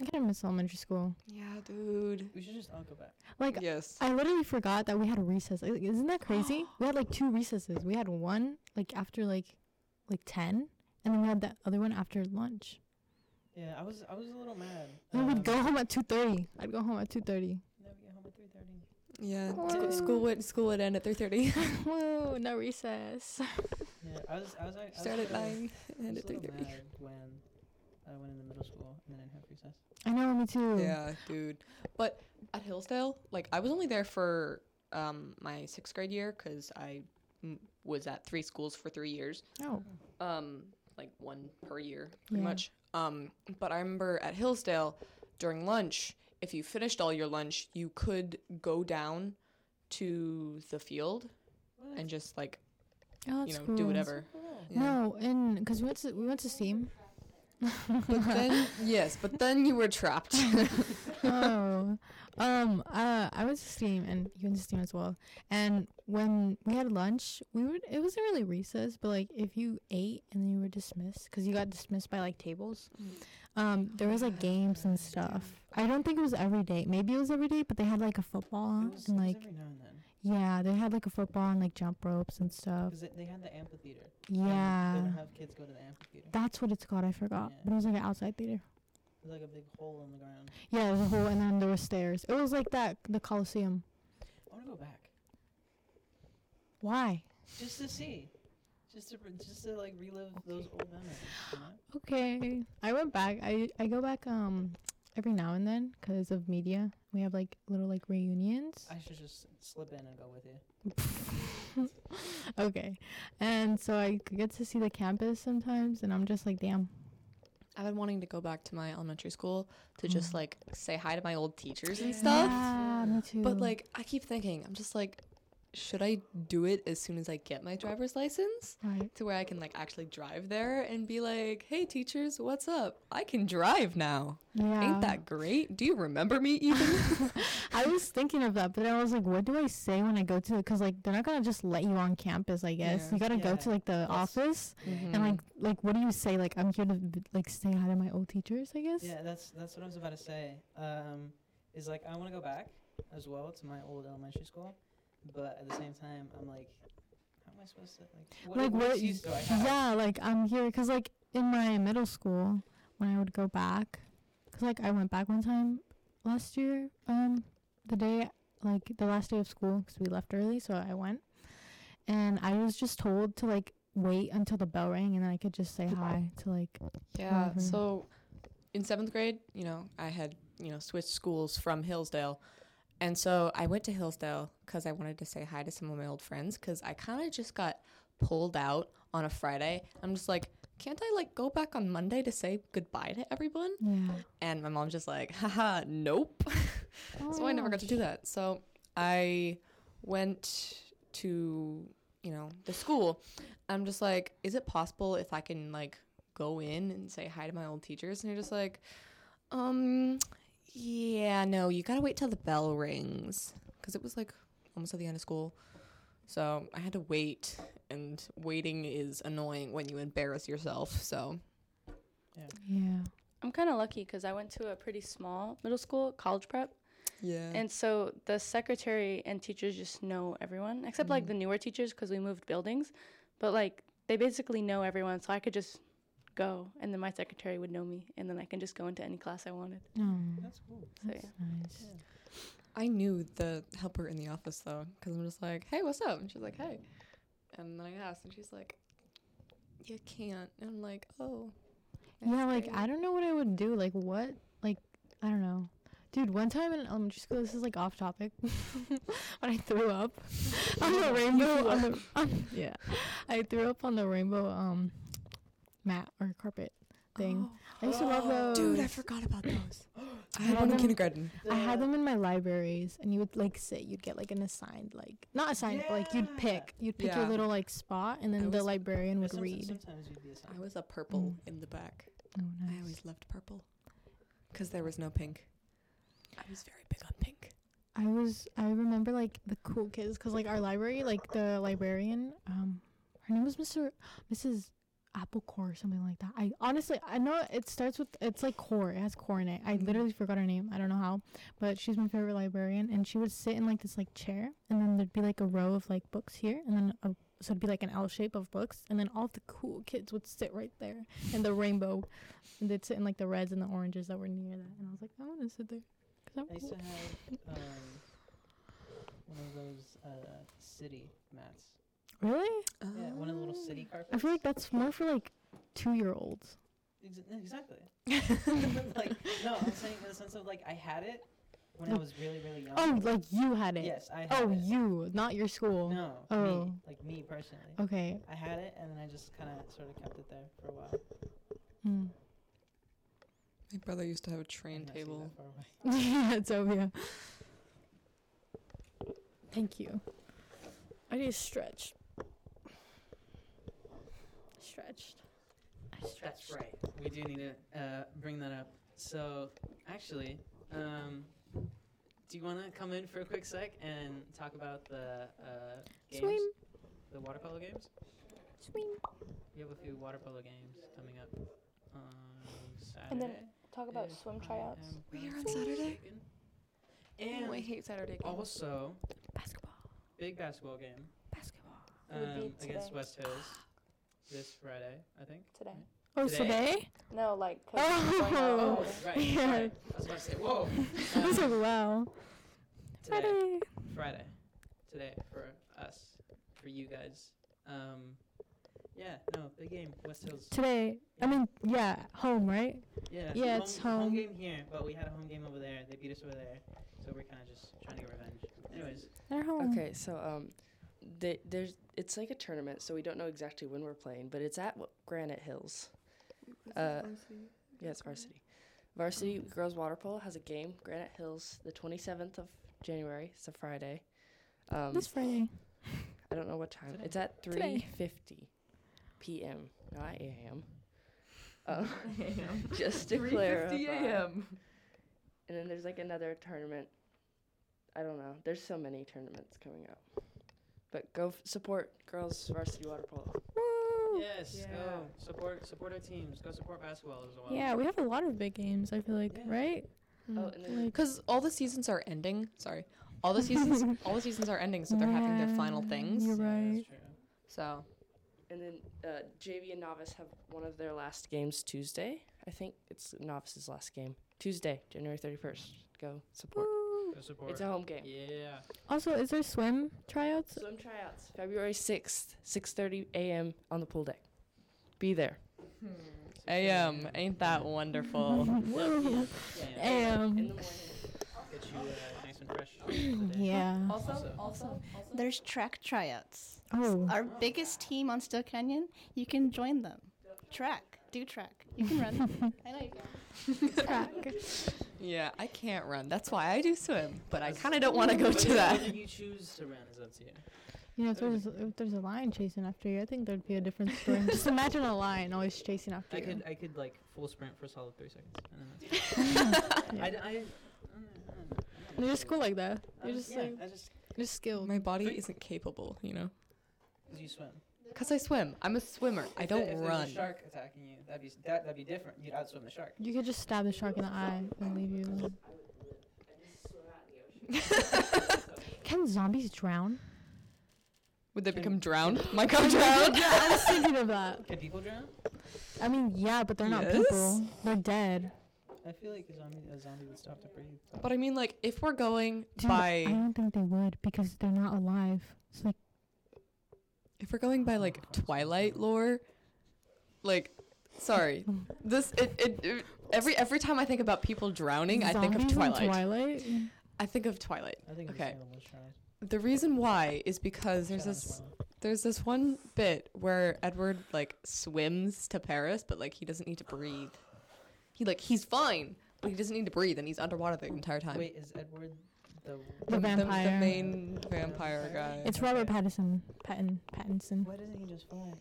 [SPEAKER 2] i kind of miss elementary school
[SPEAKER 3] Yeah, dude.
[SPEAKER 1] We should just all go back.
[SPEAKER 2] like
[SPEAKER 3] Yes.
[SPEAKER 2] I literally forgot that we had a recess. Like, Isn't that crazy? we had like two recesses. We had one like after like like 10 and then we had that other one after lunch.
[SPEAKER 1] Yeah, I was I was a little mad.
[SPEAKER 2] And then
[SPEAKER 1] um,
[SPEAKER 2] we'd go home at 2:30. I'd go home at 2:30.
[SPEAKER 1] No, we get home at three thirty.
[SPEAKER 3] Yeah.
[SPEAKER 2] Whoa.
[SPEAKER 3] sc- School would school would end at three thirty.
[SPEAKER 2] Whoa, no recess.
[SPEAKER 1] Yeah, I was I was. I was
[SPEAKER 3] Start
[SPEAKER 1] sort
[SPEAKER 3] at
[SPEAKER 1] of-
[SPEAKER 3] nine,
[SPEAKER 1] I
[SPEAKER 3] end
[SPEAKER 1] was
[SPEAKER 3] at
[SPEAKER 1] a
[SPEAKER 3] three
[SPEAKER 1] little
[SPEAKER 3] thirty.
[SPEAKER 1] mad when I went into middle school and then I didn't have recess.
[SPEAKER 2] I know, me too.
[SPEAKER 3] Yeah, dude. But at Hillsdale, like I was only there for um, my sixth grade year because I m- was at three schools for three years,
[SPEAKER 2] Oh,
[SPEAKER 3] um, like one per year, pretty
[SPEAKER 2] Yeah.
[SPEAKER 3] much. Um, but I remember at Hillsdale during lunch, if you finished all your lunch, you could go down to the field and just like
[SPEAKER 2] oh that's
[SPEAKER 3] you know
[SPEAKER 2] cool.
[SPEAKER 3] do whatever. Yeah.
[SPEAKER 2] No, and because we went to we went to Steam.
[SPEAKER 3] But then yes, but then you were trapped.
[SPEAKER 2] oh, um, uh, I went to Steam and you went to Steam as well. And when we had lunch, we would it wasn't really recess, but like if you ate and then you were dismissed because you got dismissed by like tables,
[SPEAKER 3] Mm.
[SPEAKER 2] um, there was like games and stuff. I don't think it was every day. Maybe it was every day, but they had like a football
[SPEAKER 1] It was,
[SPEAKER 2] and
[SPEAKER 1] it was
[SPEAKER 2] like
[SPEAKER 1] every now and then
[SPEAKER 2] yeah, they had like a football and like jump ropes and stuff.
[SPEAKER 1] because they had the amphitheater. and They
[SPEAKER 2] Oh. Yeah.
[SPEAKER 1] would have kids go to the amphitheater.
[SPEAKER 2] That's what it's called. I forgot.
[SPEAKER 1] Yeah.
[SPEAKER 2] But it was like an outside theater.
[SPEAKER 1] It was like a big hole in the ground.
[SPEAKER 2] Yeah, it was a hole, and then there were stairs. It was like that, the Coliseum.
[SPEAKER 1] I want to go back
[SPEAKER 2] Why?
[SPEAKER 1] just to see, just to re- just to like relive those old memories. You know?
[SPEAKER 2] Okay, I went back. I I go back um every now and then because of media. We have like little like reunions.
[SPEAKER 1] I should just slip in and go with you.
[SPEAKER 2] okay, and so I c- get to see the campus sometimes, and I'm just like, damn.
[SPEAKER 3] I've been wanting to go back to my elementary school to
[SPEAKER 2] Mm.
[SPEAKER 3] just like say hi to my old teachers and stuff.
[SPEAKER 2] Yeah, me too.
[SPEAKER 3] But like I keep thinking, I'm just like, should I do it as soon as I get my driver's license?
[SPEAKER 2] right.
[SPEAKER 3] To where I can like actually drive there and be like, hey teachers, what's up? I can drive now.
[SPEAKER 2] Yeah.
[SPEAKER 3] Ain't that great? Do you remember me even?
[SPEAKER 2] I was thinking of that, but I was like, what do I say when I go to? Because like they're not gonna just let you on campus. I guess
[SPEAKER 3] Yeah.
[SPEAKER 2] you gotta go
[SPEAKER 1] Yeah.
[SPEAKER 2] to like the
[SPEAKER 1] That's-
[SPEAKER 2] office
[SPEAKER 3] Mhm.
[SPEAKER 2] and like like what do you say? Like I'm here to v- like say hi to my old teachers. I guess.
[SPEAKER 1] Yeah, that's that's what I was about to say. Um, is like I want to go back as well to my old elementary school, but at the same time I'm like, how am I supposed to like? What,
[SPEAKER 2] like
[SPEAKER 1] what
[SPEAKER 2] what?
[SPEAKER 1] excuse do I have?
[SPEAKER 2] yeah, like I'm here because like in my middle school. when I would go back, cause like I went back one time last year, um, the day like the last day of school, cause we left early, so I went, and I was just told to like wait until the bell rang, and then I could just say hi to like
[SPEAKER 3] Yeah.
[SPEAKER 2] Whatever.
[SPEAKER 3] So in seventh grade, you know, I had, you know, switched schools from Hillsdale. And so I went to Hillsdale because I wanted to say hi to some of my old friends because I kind of just got pulled out on a Friday. I'm just like, can't I like go back on Monday to say goodbye to everyone?
[SPEAKER 2] yeah.
[SPEAKER 3] And my mom's just like, haha, nope. so I never got to do that. So I went to, you know, the school. I'm just like, is it possible if I can like go in and say hi to my old teachers? And they're just like, um, yeah, no, you gotta wait till the bell rings. Cause it was like almost at the end of school. So I had to wait, and waiting is annoying when you embarrass yourself. So
[SPEAKER 2] Yeah.
[SPEAKER 6] I'm kind of lucky because I went to a pretty small middle school, college prep.
[SPEAKER 3] yeah,
[SPEAKER 7] Mm.
[SPEAKER 6] And so the secretary and teachers just know everyone, except like
[SPEAKER 7] Mm.
[SPEAKER 6] the newer teachers because we moved buildings. But like they basically know everyone, so I could just go, and then my secretary would know me, and then I can just go into any class I wanted.
[SPEAKER 2] No.
[SPEAKER 1] That's cool.
[SPEAKER 6] So
[SPEAKER 2] That's
[SPEAKER 6] yeah.
[SPEAKER 2] nice.
[SPEAKER 3] I knew the helper in the office though, because I'm just like, "Hey, what's up?" And she's like, "Hey," and then I asked, and she's like, "You can't." And I'm like, "Oh."
[SPEAKER 2] Yeah,
[SPEAKER 3] that's
[SPEAKER 2] like
[SPEAKER 3] great."
[SPEAKER 2] I don't know what I would do. Like what? Like I don't know. Dude, one time in elementary school, this is like off topic. when I threw up on the rainbow, on the, on- yeah, I threw up on the rainbow um mat or carpet thing. I used to love those.
[SPEAKER 3] "Oh." Dude, I forgot about those. I had
[SPEAKER 2] I
[SPEAKER 3] one in
[SPEAKER 2] don't-
[SPEAKER 3] kindergarten.
[SPEAKER 2] I had them in my libraries, and you would like sit. You'd get like an assigned, like not assigned, but like you'd
[SPEAKER 1] Yeah.
[SPEAKER 2] pick. You'd pick your
[SPEAKER 3] Yeah.
[SPEAKER 2] little like spot, and
[SPEAKER 3] I
[SPEAKER 2] then the
[SPEAKER 3] was-
[SPEAKER 2] librarian would
[SPEAKER 1] Sometimes-
[SPEAKER 2] read.
[SPEAKER 1] Sometimes you'd be a
[SPEAKER 3] I was a
[SPEAKER 2] Mm.
[SPEAKER 3] purple in the back.
[SPEAKER 2] Oh,
[SPEAKER 3] I always loved purple, because there was no pink. I was very big on pink.
[SPEAKER 2] I was I remember like the cool kids because like our library like the librarian um her name was Mr. Mrs. Applecore or something like that. I honestly I know it starts with it's like core it has core in it. I
[SPEAKER 3] Mhm.
[SPEAKER 2] literally forgot her name I don't know how but she's my favorite librarian and she would sit in like this like chair and then there'd be like a row of like books here and then a, so it'd be like an L shape of books and then all the cool kids would sit right there and the rainbow and they'd sit in like the reds and the oranges that were near that and I was like I want to sit there. 'cause I'm
[SPEAKER 1] I used
[SPEAKER 2] cool."
[SPEAKER 1] to have um, one of those uh, city mats.
[SPEAKER 2] Really?
[SPEAKER 1] Yeah, one of the little city carpets.
[SPEAKER 2] I feel like that's more for like two year olds.
[SPEAKER 1] Ex- exactly. like no, I'm saying in the sense of like I had it when I
[SPEAKER 2] No.
[SPEAKER 1] was really really young.
[SPEAKER 2] Oh, like you had it.
[SPEAKER 1] yes, I had
[SPEAKER 2] oh,
[SPEAKER 1] it.
[SPEAKER 2] you, not your school.
[SPEAKER 1] No, me,
[SPEAKER 2] Oh.
[SPEAKER 1] like me personally.
[SPEAKER 2] Okay.
[SPEAKER 1] I had it and then I just kind of sort of kept it there for a while.
[SPEAKER 2] Mm.
[SPEAKER 3] My brother used to have a train
[SPEAKER 1] And that's
[SPEAKER 3] table.
[SPEAKER 1] that far away.
[SPEAKER 2] yeah, it's over. here. Thank you. I need to stretch. Stretched. I
[SPEAKER 1] That's right. We do need to uh, bring that up. So, actually, um, do you want to come in for a quick sec and talk about the uh, games?
[SPEAKER 2] Swim.
[SPEAKER 1] The water polo games?
[SPEAKER 2] Swing.
[SPEAKER 1] We have a few water polo games coming up on Saturday.
[SPEAKER 6] And then Talk about
[SPEAKER 1] if
[SPEAKER 6] swim
[SPEAKER 1] I
[SPEAKER 6] tryouts.
[SPEAKER 1] am
[SPEAKER 3] We are
[SPEAKER 1] not
[SPEAKER 3] on Saturday?
[SPEAKER 1] mistaken.
[SPEAKER 3] Oh, I
[SPEAKER 1] And
[SPEAKER 3] hate Saturday. games.
[SPEAKER 1] also,
[SPEAKER 2] Basketball.
[SPEAKER 1] big basketball game
[SPEAKER 2] Basketball.
[SPEAKER 6] It would be
[SPEAKER 1] um, against
[SPEAKER 6] today.
[SPEAKER 1] West Hills this Friday, I think.
[SPEAKER 6] Today.
[SPEAKER 2] Oh,
[SPEAKER 1] Today.
[SPEAKER 2] today?
[SPEAKER 6] No, like.
[SPEAKER 2] Oh.
[SPEAKER 1] Oh,
[SPEAKER 6] Oh.
[SPEAKER 1] right.
[SPEAKER 2] Yeah.
[SPEAKER 1] Sorry. I was about to say, whoa.
[SPEAKER 2] I was
[SPEAKER 1] Um,
[SPEAKER 2] like, wow.
[SPEAKER 1] today.
[SPEAKER 2] Friday.
[SPEAKER 1] Friday, today for us, for you guys. Um, yeah, no, big game, West Hills.
[SPEAKER 2] Today. I mean, yeah, home, right?
[SPEAKER 1] Yeah,
[SPEAKER 2] Yeah,
[SPEAKER 1] home,
[SPEAKER 2] it's home.
[SPEAKER 1] home game here, but we had a home game over there. They beat us over there, so we're kind of just trying to get revenge. Anyways,
[SPEAKER 2] They're home.
[SPEAKER 7] Okay, so um, they, there's it's like a tournament, so we don't know exactly when we're playing, but it's at w- Granite Hills. Uh, yeah, it's varsity. Varsity girls water polo has a game, Granite Hills, the 27th of January. It's a Friday. Um,
[SPEAKER 2] This Friday.
[SPEAKER 7] I don't know what time.
[SPEAKER 1] Today.
[SPEAKER 7] It's at
[SPEAKER 2] Today.
[SPEAKER 7] 3:50 p.m. Not a.m. Uh, just to clarify. And then there's like another tournament. I don't know. There's so many tournaments coming up. But go f- support girls varsity water polo.
[SPEAKER 2] Woo!
[SPEAKER 1] yes, go support support our teams. Go support basketball as well.
[SPEAKER 2] Yeah, we have a lot of big games. I feel like,
[SPEAKER 1] Yeah.
[SPEAKER 2] right? Mm,
[SPEAKER 7] Oh, and then
[SPEAKER 3] because all the seasons are ending. Sorry, all the seasons, all the seasons are ending, so they're having their final
[SPEAKER 2] Yeah,
[SPEAKER 3] things.
[SPEAKER 2] You're right.
[SPEAKER 1] That's true.
[SPEAKER 3] So
[SPEAKER 7] and then uh, JV and novice have one of their last games Tuesday. I think it's Novice's last game. Tuesday, January 31st. Go support.
[SPEAKER 1] Go support.
[SPEAKER 7] It's a home game.
[SPEAKER 1] yeah.
[SPEAKER 2] Also, is there swim tryouts?
[SPEAKER 7] Swim tryouts, February 6th, 6:30 a.m. on the pool deck. Be there.
[SPEAKER 3] AM, um, ain't that wonderful?
[SPEAKER 1] yeah.
[SPEAKER 2] Um,
[SPEAKER 7] In the morning.
[SPEAKER 1] Get you uh, nice and fresh. for the day.
[SPEAKER 2] yeah.
[SPEAKER 1] Also-
[SPEAKER 3] also,
[SPEAKER 8] There's track tryouts.
[SPEAKER 2] Oh.
[SPEAKER 8] Our biggest team on Still Canyon, you can join them. Track. Do track. You can run. I know you can.
[SPEAKER 3] yeah, I can't run. That's why I do swim, but I kind of don't want to go to that.
[SPEAKER 1] Whether you choose to run is up to you.
[SPEAKER 2] You know, if there's, if there's a lion chasing after you, I think there'd be a different story. Just imagine a lion always chasing after
[SPEAKER 1] I
[SPEAKER 2] you.
[SPEAKER 1] could, I could like full sprint for a solid three seconds. And then that's it. I, d- I, I don't know, I don't know.
[SPEAKER 2] You're just cool like that.
[SPEAKER 1] Uh,
[SPEAKER 2] You're just
[SPEAKER 1] yeah,
[SPEAKER 2] like
[SPEAKER 1] I just
[SPEAKER 2] you're skilled.
[SPEAKER 3] My body isn't capable, you know?
[SPEAKER 1] because you swim.
[SPEAKER 3] Because I swim. I'm a swimmer. I
[SPEAKER 1] If there-
[SPEAKER 3] don't
[SPEAKER 1] if
[SPEAKER 3] run.
[SPEAKER 1] There's a shark attacking you. That'd be s- that, that'd be different. You'd outswim the shark.
[SPEAKER 2] You could just stab the shark in the eye and leave you alone. Can zombies drown?
[SPEAKER 3] Would they become drowned? Might come drowned.
[SPEAKER 2] I was thinking of that.
[SPEAKER 1] Can people drown?
[SPEAKER 2] I mean, yeah, but they're not people. They're dead.
[SPEAKER 1] I feel like a zombie, a zombie would stop to breathe.
[SPEAKER 3] But I mean, like, if we're going
[SPEAKER 2] Dude, I
[SPEAKER 3] by,
[SPEAKER 2] don't think they would because they're not alive. It's like
[SPEAKER 3] if we're going by like Twilight lore, like, sorry, this it, it, it- every every time I think about people drowning, I think of
[SPEAKER 2] zombies in
[SPEAKER 3] Twilight.
[SPEAKER 2] Twilight.
[SPEAKER 3] I think of Twilight.
[SPEAKER 1] I think
[SPEAKER 3] Okay.
[SPEAKER 1] It's animal shrine.
[SPEAKER 3] The reason why is because there's this there's this one bit where Edward like swims to Paris, but like he doesn't need to breathe. He like he's fine, but he doesn't need to breathe, and he's underwater the entire time.
[SPEAKER 1] Wait, is Edward the?
[SPEAKER 2] The
[SPEAKER 3] The,
[SPEAKER 2] vampire.
[SPEAKER 3] main vampire guy.
[SPEAKER 2] It's Robert Pattinson. Patton. Pattinson.
[SPEAKER 1] Why doesn't he just fly?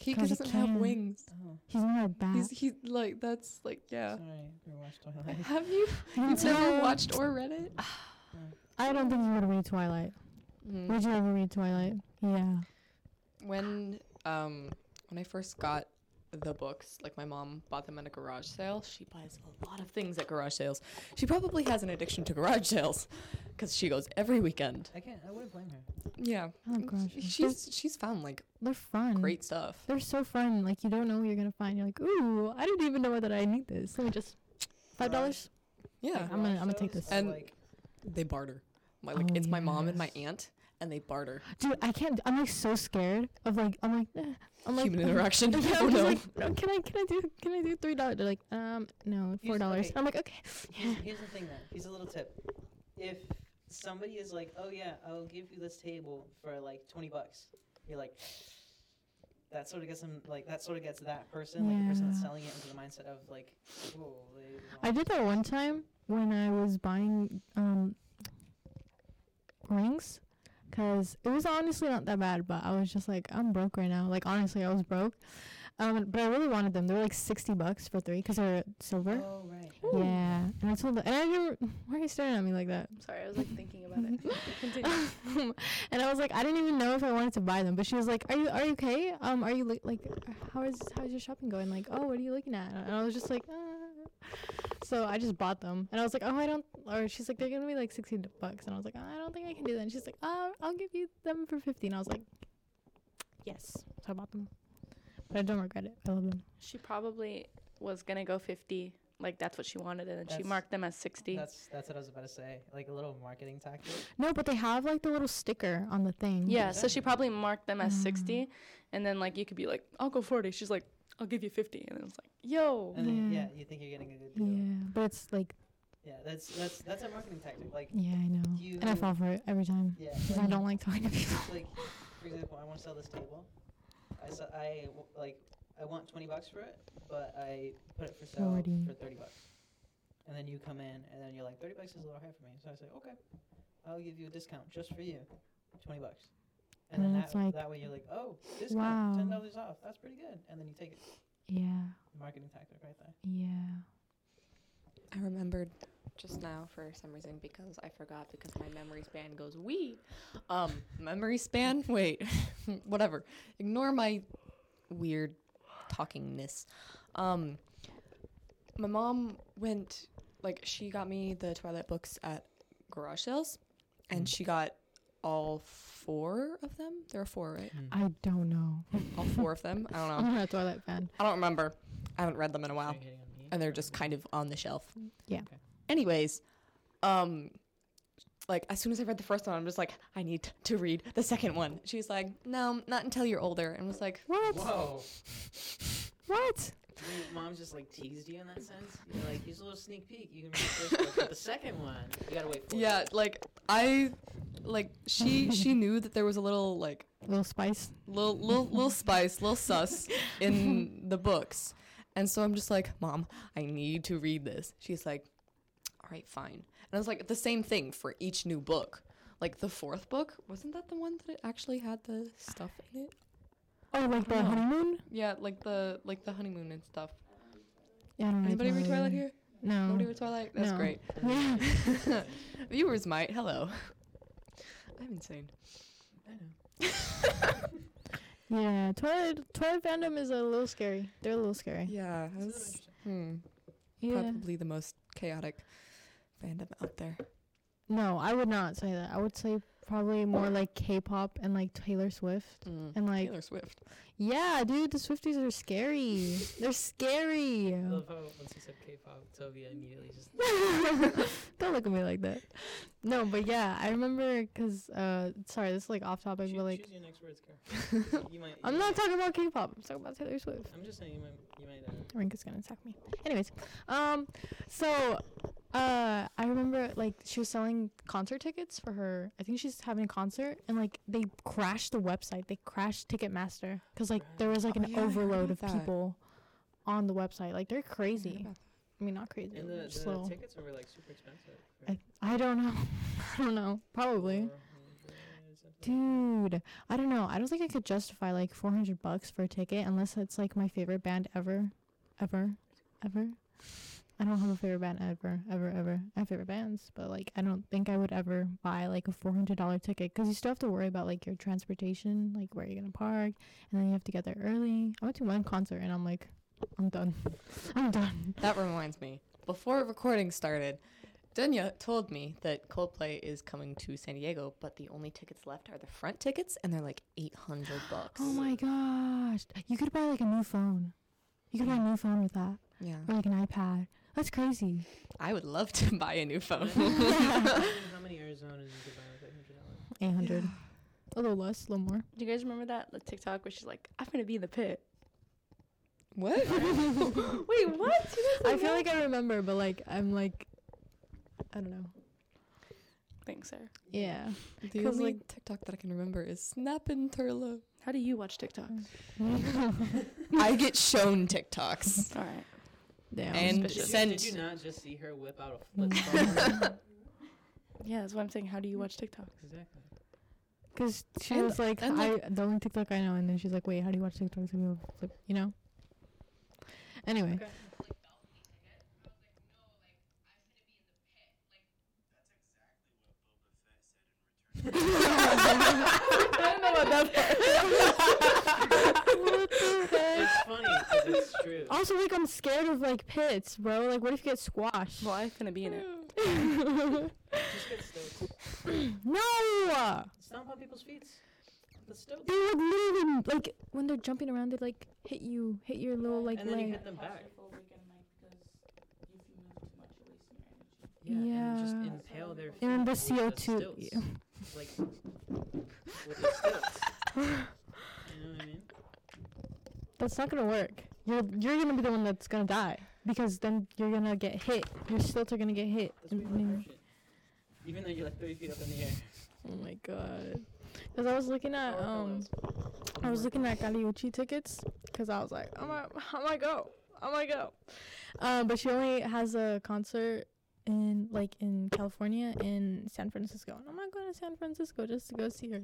[SPEAKER 3] he
[SPEAKER 2] 'cause he
[SPEAKER 3] doesn't have
[SPEAKER 2] can.
[SPEAKER 3] wings.
[SPEAKER 1] Oh,
[SPEAKER 2] He's not a bat.
[SPEAKER 3] He's he like that's like yeah.
[SPEAKER 1] sorry. We watched Twilight.
[SPEAKER 3] Have you
[SPEAKER 2] He's
[SPEAKER 3] never
[SPEAKER 2] not-
[SPEAKER 3] watched or read it?
[SPEAKER 2] I don't think you would read Twilight.
[SPEAKER 3] Hmm. Mm.
[SPEAKER 2] Would you ever read Twilight? Yeah.
[SPEAKER 3] When um when I first got the books, like my mom bought them at a garage sale. She buys a lot of things at garage sales. She probably has an addiction to garage sales because she goes every weekend.
[SPEAKER 1] I can't. I wouldn't blame her.
[SPEAKER 3] Yeah,
[SPEAKER 2] Oh gosh.
[SPEAKER 3] she's she's found like
[SPEAKER 2] They're fun.
[SPEAKER 3] great stuff.
[SPEAKER 2] They're so fun. Like you don't know what you're gonna find. You're like, ooh, I didn't even know that I need this. Let me just five dollars.
[SPEAKER 3] Yeah,
[SPEAKER 2] I'm gonna- I'm gonna take this.
[SPEAKER 3] And-
[SPEAKER 1] And like,
[SPEAKER 3] they barter. My, like
[SPEAKER 2] Oh,
[SPEAKER 3] it's my mom and my aunt, and they barter.
[SPEAKER 2] Dude, I can't. I'm like so scared of like. I'm like. eh, I'm like.
[SPEAKER 3] Human
[SPEAKER 2] um,
[SPEAKER 3] interaction.
[SPEAKER 2] Yeah,
[SPEAKER 3] oh
[SPEAKER 2] I'm just
[SPEAKER 3] no.
[SPEAKER 2] like, no, can I can I do can I do three dollars? They're like, um, no,
[SPEAKER 1] He's-
[SPEAKER 2] four dollars.
[SPEAKER 1] okay.
[SPEAKER 2] I'm like, okay.
[SPEAKER 1] here's, here's the thing, though. Here's a little tip. If somebody is like, "Oh yeah, I'll give you this table for like twenty bucks," you're like, that sort of gets them like that sort of gets that person, like the person that's
[SPEAKER 2] Yeah.
[SPEAKER 1] selling it, into the mindset of like, "Oh, they
[SPEAKER 2] I
[SPEAKER 1] want
[SPEAKER 2] did that one time when I was buying um rings because it was honestly not that bad, but I was just like, I'm broke right now. Like honestly, I was broke. Um, but I really wanted them. They were like sixty bucks for three because they're silver.
[SPEAKER 1] Oh right.
[SPEAKER 2] Yeah, and I told and I never. Why are you staring at me like that?
[SPEAKER 6] Sorry, I was like thinking about it. Continue.
[SPEAKER 2] and I was like, I didn't even know if I wanted to buy them. But she was like, Are you are you okay? Um, are you li- like, how is how's your shopping going? Like, oh, what are you looking at? And I was just like, ah. so I just bought them, and I was like, oh, I don't. Or she's like, they're gonna be like sixty bucks, and I was like, I don't think I can do that. And she's like, oh, I'll give you them for fifty, and I was like, yes. So I bought them, but I don't regret it. I love them.
[SPEAKER 6] she probably was gonna go 50. Like that's what she wanted, and then she
[SPEAKER 1] That's-
[SPEAKER 6] marked them as 60.
[SPEAKER 1] That's that's what I was about to say. Like a little marketing tactic.
[SPEAKER 2] No, but they have like the little sticker on the thing.
[SPEAKER 6] Yeah, so she probably marked them as 60, and then like you could be like, I'll go 40. She's like, I'll give you 50, and then it's like, yo.
[SPEAKER 1] And then, yeah,
[SPEAKER 2] Yeah.
[SPEAKER 1] you think you're getting a good deal. Yeah.
[SPEAKER 2] Yeah, but it's like,
[SPEAKER 1] that's that's that's a marketing tactic. Like
[SPEAKER 2] yeah, I know, and I
[SPEAKER 1] You-
[SPEAKER 2] fall for it every time.
[SPEAKER 1] yeah,
[SPEAKER 2] Because I
[SPEAKER 1] like-
[SPEAKER 2] don't like talking to people.
[SPEAKER 1] like for example, I want to sell this table. I sell, I w- like I want twenty bucks for it, but I put it for sale
[SPEAKER 2] 40.
[SPEAKER 1] for thirty bucks. And then you come in, and then you're like, thirty bucks is a little high for me. So I say, okay, I'll give you a discount just for you, twenty bucks. And
[SPEAKER 2] And
[SPEAKER 1] then
[SPEAKER 2] then
[SPEAKER 1] that,
[SPEAKER 2] it's like,
[SPEAKER 1] that way you're like, oh, discount, ten
[SPEAKER 2] wow.
[SPEAKER 1] dollars off. That's pretty good. And then you take it.
[SPEAKER 2] Yeah,
[SPEAKER 1] Marketing tactic right there.
[SPEAKER 2] yeah.
[SPEAKER 3] I remembered just now for some reason because I forgot because my memory span goes wee. Um, memory span? Wait, whatever. Ignore my weird talkingness. Um, my mom went like she got me the Twilight books at garage sales, and she got all four of them. There are four, right?
[SPEAKER 2] I don't know.
[SPEAKER 3] All four of them. I don't know.
[SPEAKER 2] I'm not a Twilight fan.
[SPEAKER 3] I don't remember. I haven't read them in a while,
[SPEAKER 1] You're hitting on me?
[SPEAKER 3] and they're just kind of on the shelf.
[SPEAKER 2] Yeah.
[SPEAKER 1] Okay.
[SPEAKER 3] Anyways, um, like as soon as I read the first one, I'm just like, I need to read the second one. She's like, No, not until you're older, and was like,
[SPEAKER 2] What?
[SPEAKER 1] Whoa.
[SPEAKER 2] What?
[SPEAKER 1] Your mom just like teased you in that sense. You're like, here's a little sneak peek. You can read the first one, but the second one, you gotta wait for.
[SPEAKER 3] Yeah, like I, like she she knew that there was a little like
[SPEAKER 2] Little spice.
[SPEAKER 3] little little little spice, little sus in the books. And so I'm just like, Mom, I need to read this. She's like, All right, fine. And I was like, the same thing for each new book. Like the fourth book, wasn't that the one that it actually had the stuff in it?
[SPEAKER 2] Oh, like the
[SPEAKER 3] No.
[SPEAKER 2] honeymoon?
[SPEAKER 3] Yeah, like the like the honeymoon and stuff.
[SPEAKER 2] Yeah, I don't
[SPEAKER 3] Anybody read Twilight here?
[SPEAKER 2] No.
[SPEAKER 3] Nobody read Twilight? That's
[SPEAKER 2] No.
[SPEAKER 3] great.
[SPEAKER 2] yeah.
[SPEAKER 3] Viewers might. Hello. I'm insane.
[SPEAKER 2] Yeah. Twilight Twilight fandom is a little scary. They're a little scary.
[SPEAKER 3] Yeah. I was, hmm, Probably the most chaotic fandom out there.
[SPEAKER 2] No, I would not say that. I would say probably more like K-pop and like Taylor Swift
[SPEAKER 3] Mm.
[SPEAKER 2] and like
[SPEAKER 3] Taylor Swift.
[SPEAKER 2] yeah, dude, the Swifties are scary. They're scary.
[SPEAKER 1] I love how once you said K-pop, Toby immediately just.
[SPEAKER 2] Don't look at me like that. No, but yeah, I remember because uh, sorry, this is like off topic,
[SPEAKER 1] Choo-
[SPEAKER 2] but like
[SPEAKER 1] choose your next words, Kara. you might, you
[SPEAKER 2] I'm not
[SPEAKER 1] might-
[SPEAKER 2] talking about K-pop. I'm talking about Taylor Swift.
[SPEAKER 1] I'm just saying you might. You might. Uh,
[SPEAKER 2] Rinka's gonna attack me. Anyways, um, so uh, I remember like she was selling concert tickets for her. I think she's having a concert, and like they crashed the website. They crashed Ticketmaster because like there was like
[SPEAKER 3] Oh,
[SPEAKER 2] an
[SPEAKER 3] yeah, I heard
[SPEAKER 2] overload of
[SPEAKER 3] about that.
[SPEAKER 2] people on the website. Like they're crazy. I mean, not crazy.
[SPEAKER 1] and
[SPEAKER 2] they're
[SPEAKER 1] the,
[SPEAKER 2] just
[SPEAKER 1] the
[SPEAKER 2] slow.
[SPEAKER 1] tickets were like super expensive.
[SPEAKER 2] I, I don't know. I don't know.
[SPEAKER 1] 400
[SPEAKER 2] Probably.
[SPEAKER 1] or something.
[SPEAKER 2] Dude, I don't know. I don't think I could justify like 400 bucks for a ticket unless it's like my favorite band ever. Ever. Ever. I don't have a favorite band ever, ever, ever. I have favorite bands, but like I don't think I would ever buy like a $400 ticket because you still have to worry about like your transportation, like where you're going to park, and then you have to get there early. I went to one concert and I'm like, I'm done. I'm done.
[SPEAKER 3] That reminds me. Before recording started, Dunya told me that Coldplay is coming to San Diego, but the only tickets left are the front tickets, and they're like eight hundred bucks.
[SPEAKER 2] Oh my gosh. You could buy like a new phone. You could buy a new phone with that,
[SPEAKER 3] Yeah,
[SPEAKER 2] or like an iPad. That's crazy.
[SPEAKER 3] I would love to buy a new phone.
[SPEAKER 1] Imagine how many Arizonas you could buy with $800?
[SPEAKER 2] 800. A little less, a little more.
[SPEAKER 6] Do you guys remember that the TikTok where she's like, "I'm gonna be in the pit."
[SPEAKER 3] what?
[SPEAKER 6] Wait, what?
[SPEAKER 2] I feel like I remember, but like, I'm like, I don't know.
[SPEAKER 6] Thanks, Sarah.
[SPEAKER 2] Yeah.
[SPEAKER 3] The
[SPEAKER 2] 'Cause,
[SPEAKER 3] only
[SPEAKER 2] like-
[SPEAKER 3] TikTok that I can remember is Snappin' Turla.
[SPEAKER 6] How do you watch TikTok?
[SPEAKER 3] I get shown TOKs.
[SPEAKER 6] All right.
[SPEAKER 2] Damn.
[SPEAKER 3] And-
[SPEAKER 1] Did you, did you
[SPEAKER 3] Sent.
[SPEAKER 1] not just see her whip out a flip phone?
[SPEAKER 6] Yeah, that's what I'm saying. How do you watch TikTok?
[SPEAKER 1] exactly.
[SPEAKER 2] Because she
[SPEAKER 3] and-
[SPEAKER 2] was like,
[SPEAKER 3] and,
[SPEAKER 2] I,
[SPEAKER 3] like-
[SPEAKER 2] the only TikTok I know. And then she's like, wait, how do you watch TikToks? if you flip?" You know? Anyway.
[SPEAKER 1] It's funny because it's true.
[SPEAKER 2] Also, like, I'm scared of like pits, bro. Like, what if you get squashed?
[SPEAKER 6] Well, I'm gonna be in it.
[SPEAKER 1] Just get stoked.
[SPEAKER 2] no!
[SPEAKER 1] Stomp on people's feet. That's dope.
[SPEAKER 2] They would literally like when they're jumping around, they like hit you, hit your little like
[SPEAKER 1] and then you
[SPEAKER 2] leg.
[SPEAKER 1] hit them back.
[SPEAKER 5] Claustrophobic and like because if you move too much, you're wasting your energy.
[SPEAKER 1] And just
[SPEAKER 2] Yeah.
[SPEAKER 1] impale their feet.
[SPEAKER 2] And the
[SPEAKER 1] with
[SPEAKER 2] CO2
[SPEAKER 1] stilts. Like, with the stilts. You know what I mean?
[SPEAKER 2] That's not gonna work. You're you're gonna be the one that's gonna die because then you're gonna get hit. Your stilts are gonna get hit.
[SPEAKER 1] That's
[SPEAKER 2] and
[SPEAKER 1] what you
[SPEAKER 2] then-
[SPEAKER 1] want shit. Even though you're like 30 feet up in the air.
[SPEAKER 2] oh my god. Cause I was looking at
[SPEAKER 1] Or
[SPEAKER 2] um,
[SPEAKER 1] pillows.
[SPEAKER 2] I was looking at Galiucci tickets because I was like, I'm gonna, I'm gonna go, I'm gonna go. Um, but she only has a concert in like in California in San Francisco, and I'm not going to San Francisco just to go see her.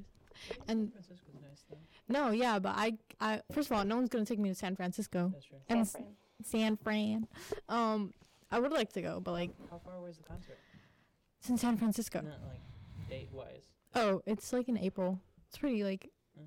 [SPEAKER 2] And
[SPEAKER 1] Francisco's nice, though.
[SPEAKER 2] No, yeah, but I, I first of all, no one's gonna take me to San Francisco
[SPEAKER 1] That's true.
[SPEAKER 2] and S- San Fran. Um, I would like to go, but like
[SPEAKER 1] How far away is the concert?
[SPEAKER 2] it's in San Francisco.
[SPEAKER 1] Not like date wise.
[SPEAKER 2] Oh, it's like in April. It's pretty like,
[SPEAKER 1] Mm.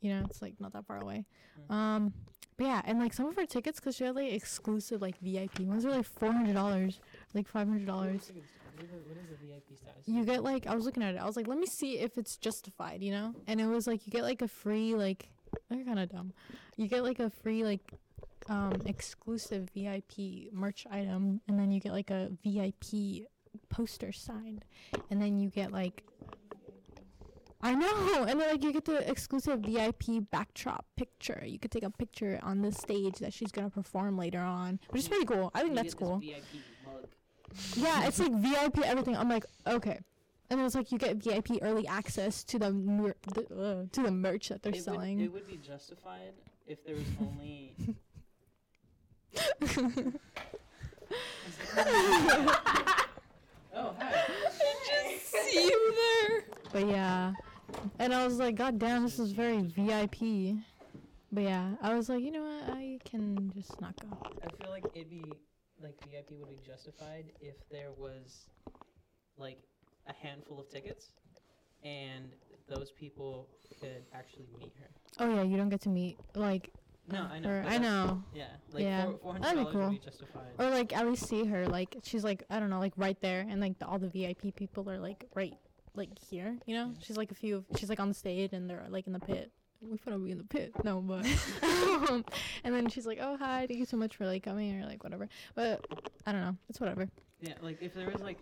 [SPEAKER 2] you know, it's like not that far away.
[SPEAKER 1] Mm.
[SPEAKER 2] Um, but yeah, and like some of her tickets, cause she had like exclusive like VIP ones, were like four hundred dollars, like five hundred dollars.
[SPEAKER 1] What is the VIP status?
[SPEAKER 2] You get like I was looking at it, I was like, let me see if it's justified, you know? And it was like you get like a free like. They're kind of dumb. You get like a free like um, exclusive VIP merch item, and then you get like a VIP poster signed, and then you get like. I know, and then like you get the exclusive VIP backdrop picture. You could take a picture on the stage that she's gonna perform later on, which is pretty cool. I think that's cool. Yeah, it's like VIP everything. I'm like, okay. And it's like you get VIP early access to the, mer- the uh, to the merch that they're
[SPEAKER 1] it
[SPEAKER 2] selling.
[SPEAKER 1] Would, it would be justified if there was only. oh hi!
[SPEAKER 3] See you there.
[SPEAKER 2] But yeah. And I was like, God damn, this is very VIP. But yeah, I was like, you know what? I can just not go.
[SPEAKER 1] I feel like it'd be like VIP would be justified if there was like a handful of tickets, and those people could actually meet her.
[SPEAKER 2] Oh, yeah, you don't get to meet. Like,
[SPEAKER 1] No, I know.
[SPEAKER 2] her.
[SPEAKER 1] but
[SPEAKER 2] I
[SPEAKER 1] that's-
[SPEAKER 2] know.
[SPEAKER 1] Yeah, like
[SPEAKER 2] Yeah.
[SPEAKER 1] four hundred
[SPEAKER 2] That'd
[SPEAKER 1] dollars
[SPEAKER 2] be
[SPEAKER 1] would
[SPEAKER 2] cool.
[SPEAKER 1] be justified.
[SPEAKER 2] Or like, at least see her. Like, she's like, I don't know, like right there. And like, the, all the VIP people are like right, like here, you know? She's like a few, she's like on the stage and they're like in the pit. We put her in the pit. No, but. um, and then she's like, oh, hi, thank you so much for like coming or like whatever. But I don't know. It's whatever.
[SPEAKER 1] Yeah, like if there was like,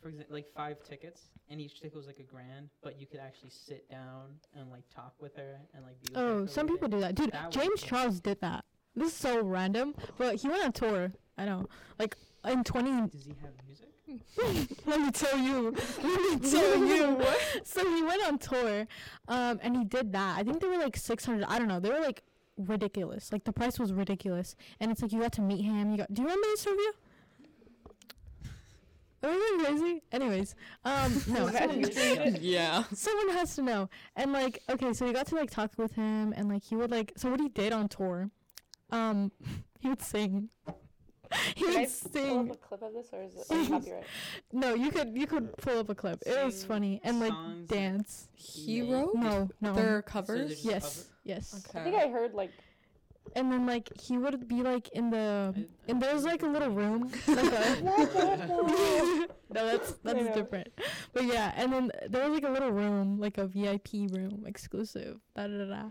[SPEAKER 1] for example, like five tickets, and each ticket was like a grand, but you could actually sit down and like talk with her and like be. With her for
[SPEAKER 2] Oh,
[SPEAKER 1] a
[SPEAKER 2] some
[SPEAKER 1] little
[SPEAKER 2] people do that. Dude,
[SPEAKER 1] That would be
[SPEAKER 2] James
[SPEAKER 1] cool.
[SPEAKER 2] Charles did that. This is so random, but he went on tour. I know. Like, in 20.
[SPEAKER 1] bit. Does he have music?
[SPEAKER 2] Let me tell you. Let me tell you. So he went on tour, um, and he did that. I think they were like 600. I don't know. They were like ridiculous. Like, the price was ridiculous. And it's like, you got to meet him. You got. Do you remember this review? Isn't crazy? Anyways, um, no.
[SPEAKER 3] Yeah.
[SPEAKER 2] Someone has to know. And like, okay, so we got to like talk with him, and like he would like. So what he did on tour, um, he would sing. He
[SPEAKER 6] Can I
[SPEAKER 2] would
[SPEAKER 6] pull
[SPEAKER 2] sing.
[SPEAKER 6] up a clip of this, or is it copyright?
[SPEAKER 2] No, you could you could pull up a clip. It was
[SPEAKER 1] Uh, Sing
[SPEAKER 2] funny and like
[SPEAKER 1] songs that
[SPEAKER 2] dance.
[SPEAKER 1] he made.
[SPEAKER 3] Hero?
[SPEAKER 2] No, no.
[SPEAKER 3] Their
[SPEAKER 1] So they're
[SPEAKER 3] covers.
[SPEAKER 1] just
[SPEAKER 2] yes, yes.
[SPEAKER 6] I think I heard like
[SPEAKER 2] And then like he would be like in the
[SPEAKER 1] covered? I- I don't
[SPEAKER 2] and there's
[SPEAKER 1] know.
[SPEAKER 2] like a little room. Like a, no, that's that's different. But yeah, and then there was like a little room, like a VIP room, exclusive, da da da, da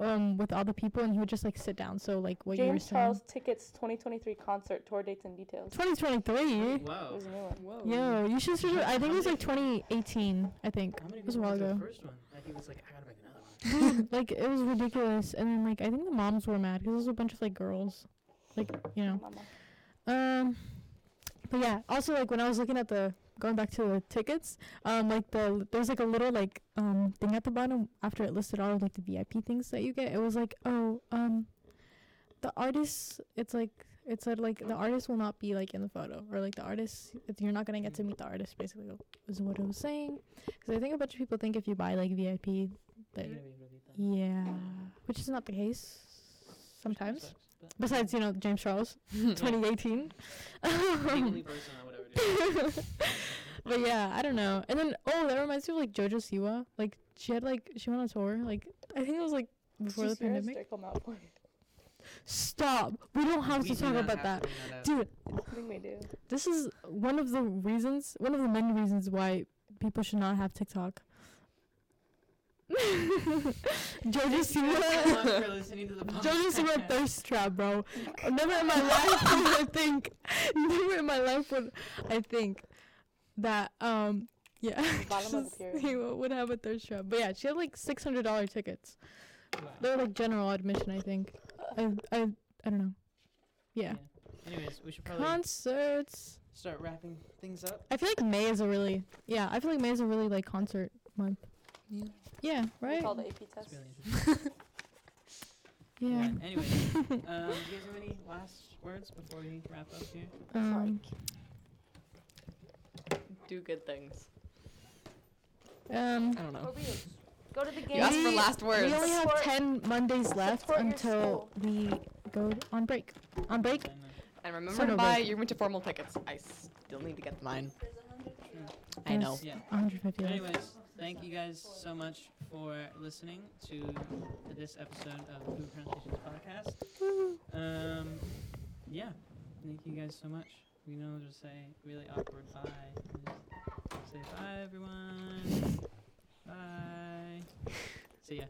[SPEAKER 2] um, with all the people, and he would just like sit down. So like what you were
[SPEAKER 6] James
[SPEAKER 2] saying,
[SPEAKER 6] Charles tickets 2023 concert tour dates and details.
[SPEAKER 2] 2023.
[SPEAKER 1] Wow.
[SPEAKER 6] There's a new one.
[SPEAKER 3] Whoa.
[SPEAKER 2] Yo, you should. search it. I think it was like
[SPEAKER 1] How
[SPEAKER 2] 2018. I think
[SPEAKER 1] How many
[SPEAKER 2] it was a
[SPEAKER 1] people
[SPEAKER 2] while
[SPEAKER 1] went to
[SPEAKER 2] ago.
[SPEAKER 1] The first one. Like, he was like, I gotta make another one.
[SPEAKER 2] like it was ridiculous, and then like I think the moms were mad because there was a bunch of like girls, like you know.
[SPEAKER 6] Mama.
[SPEAKER 2] Um, but yeah. Also, like when I was looking at the going back to the tickets, um, like the there's like a little like um thing at the bottom after it listed all of like the VIP things that you get. It was like oh um, the artists. It's like it said like the artist will not be like in the photo or like the artist. It's, you're not gonna get to meet the artist. Basically, is what it was saying. Because I think a bunch of people think if you buy like VIP,
[SPEAKER 1] You're gonna be
[SPEAKER 2] that
[SPEAKER 1] able to beat that.
[SPEAKER 2] yeah, which is not the case sometimes.
[SPEAKER 1] Sucks, but-
[SPEAKER 2] Besides, you know, James Charles, 2018.
[SPEAKER 1] the only person I would ever do. that.
[SPEAKER 2] but yeah, I don't know. And then oh, that reminds me of like JoJo Siwa. Like she had like she went on tour. Like I think it was like before the
[SPEAKER 6] Just hear us
[SPEAKER 2] pandemic.
[SPEAKER 6] circle Mount Point.
[SPEAKER 2] Stop. We don't have
[SPEAKER 1] We
[SPEAKER 2] to
[SPEAKER 1] do
[SPEAKER 2] talk
[SPEAKER 1] not
[SPEAKER 2] about
[SPEAKER 1] have
[SPEAKER 2] that,
[SPEAKER 1] to bring up.
[SPEAKER 2] dude.
[SPEAKER 6] I think we do.
[SPEAKER 2] This is one of the reasons, one of the many reasons why people should not have TikTok. JoJo
[SPEAKER 1] Thank you
[SPEAKER 2] Siwa.
[SPEAKER 1] so much for listening to the
[SPEAKER 2] JoJo Siwa
[SPEAKER 1] podcast.
[SPEAKER 2] thirst trap, bro. Never in my life would I think. Never in my life would I think that um yeah.
[SPEAKER 6] Bottom of the
[SPEAKER 2] JoJo
[SPEAKER 6] pyramid.
[SPEAKER 2] Siwa would have a thirst trap, but yeah, she had like six hundred dollar tickets.
[SPEAKER 1] Wow.
[SPEAKER 2] They were like general admission, I think. I I I don't know. Yeah.
[SPEAKER 1] Anyways, we should probably
[SPEAKER 2] Concerts.
[SPEAKER 1] start wrapping things up.
[SPEAKER 2] I feel like May is a really yeah. I feel like May is a really like concert month.
[SPEAKER 3] Yeah.
[SPEAKER 2] Yeah.
[SPEAKER 6] We
[SPEAKER 2] Right.
[SPEAKER 6] call the AP
[SPEAKER 1] It's
[SPEAKER 6] test.
[SPEAKER 1] really interesting.
[SPEAKER 2] Yeah.
[SPEAKER 1] Anyway, um, do you guys have any last words before we wrap up here?
[SPEAKER 2] Um,
[SPEAKER 7] Do good things.
[SPEAKER 2] um.
[SPEAKER 3] I don't know.
[SPEAKER 6] Go to the
[SPEAKER 3] You asked for
[SPEAKER 2] We-
[SPEAKER 3] last words.
[SPEAKER 2] um, We only have
[SPEAKER 6] Support-
[SPEAKER 2] ten Mondays left
[SPEAKER 6] support your
[SPEAKER 2] until we go on break. On break.
[SPEAKER 1] And, uh,
[SPEAKER 3] And remember
[SPEAKER 2] Son
[SPEAKER 3] to
[SPEAKER 2] of
[SPEAKER 3] buy
[SPEAKER 2] a-
[SPEAKER 3] your winter formal tickets. I still need to get mine. I know.
[SPEAKER 1] yeah.
[SPEAKER 2] Yes. 150. left.
[SPEAKER 1] Anyways, thank you guys so much for listening to this episode of the Food Translations podcast. Um, yeah, thank you guys so much. We know to say really awkward bye. Just say bye, everyone. Bye. See ya.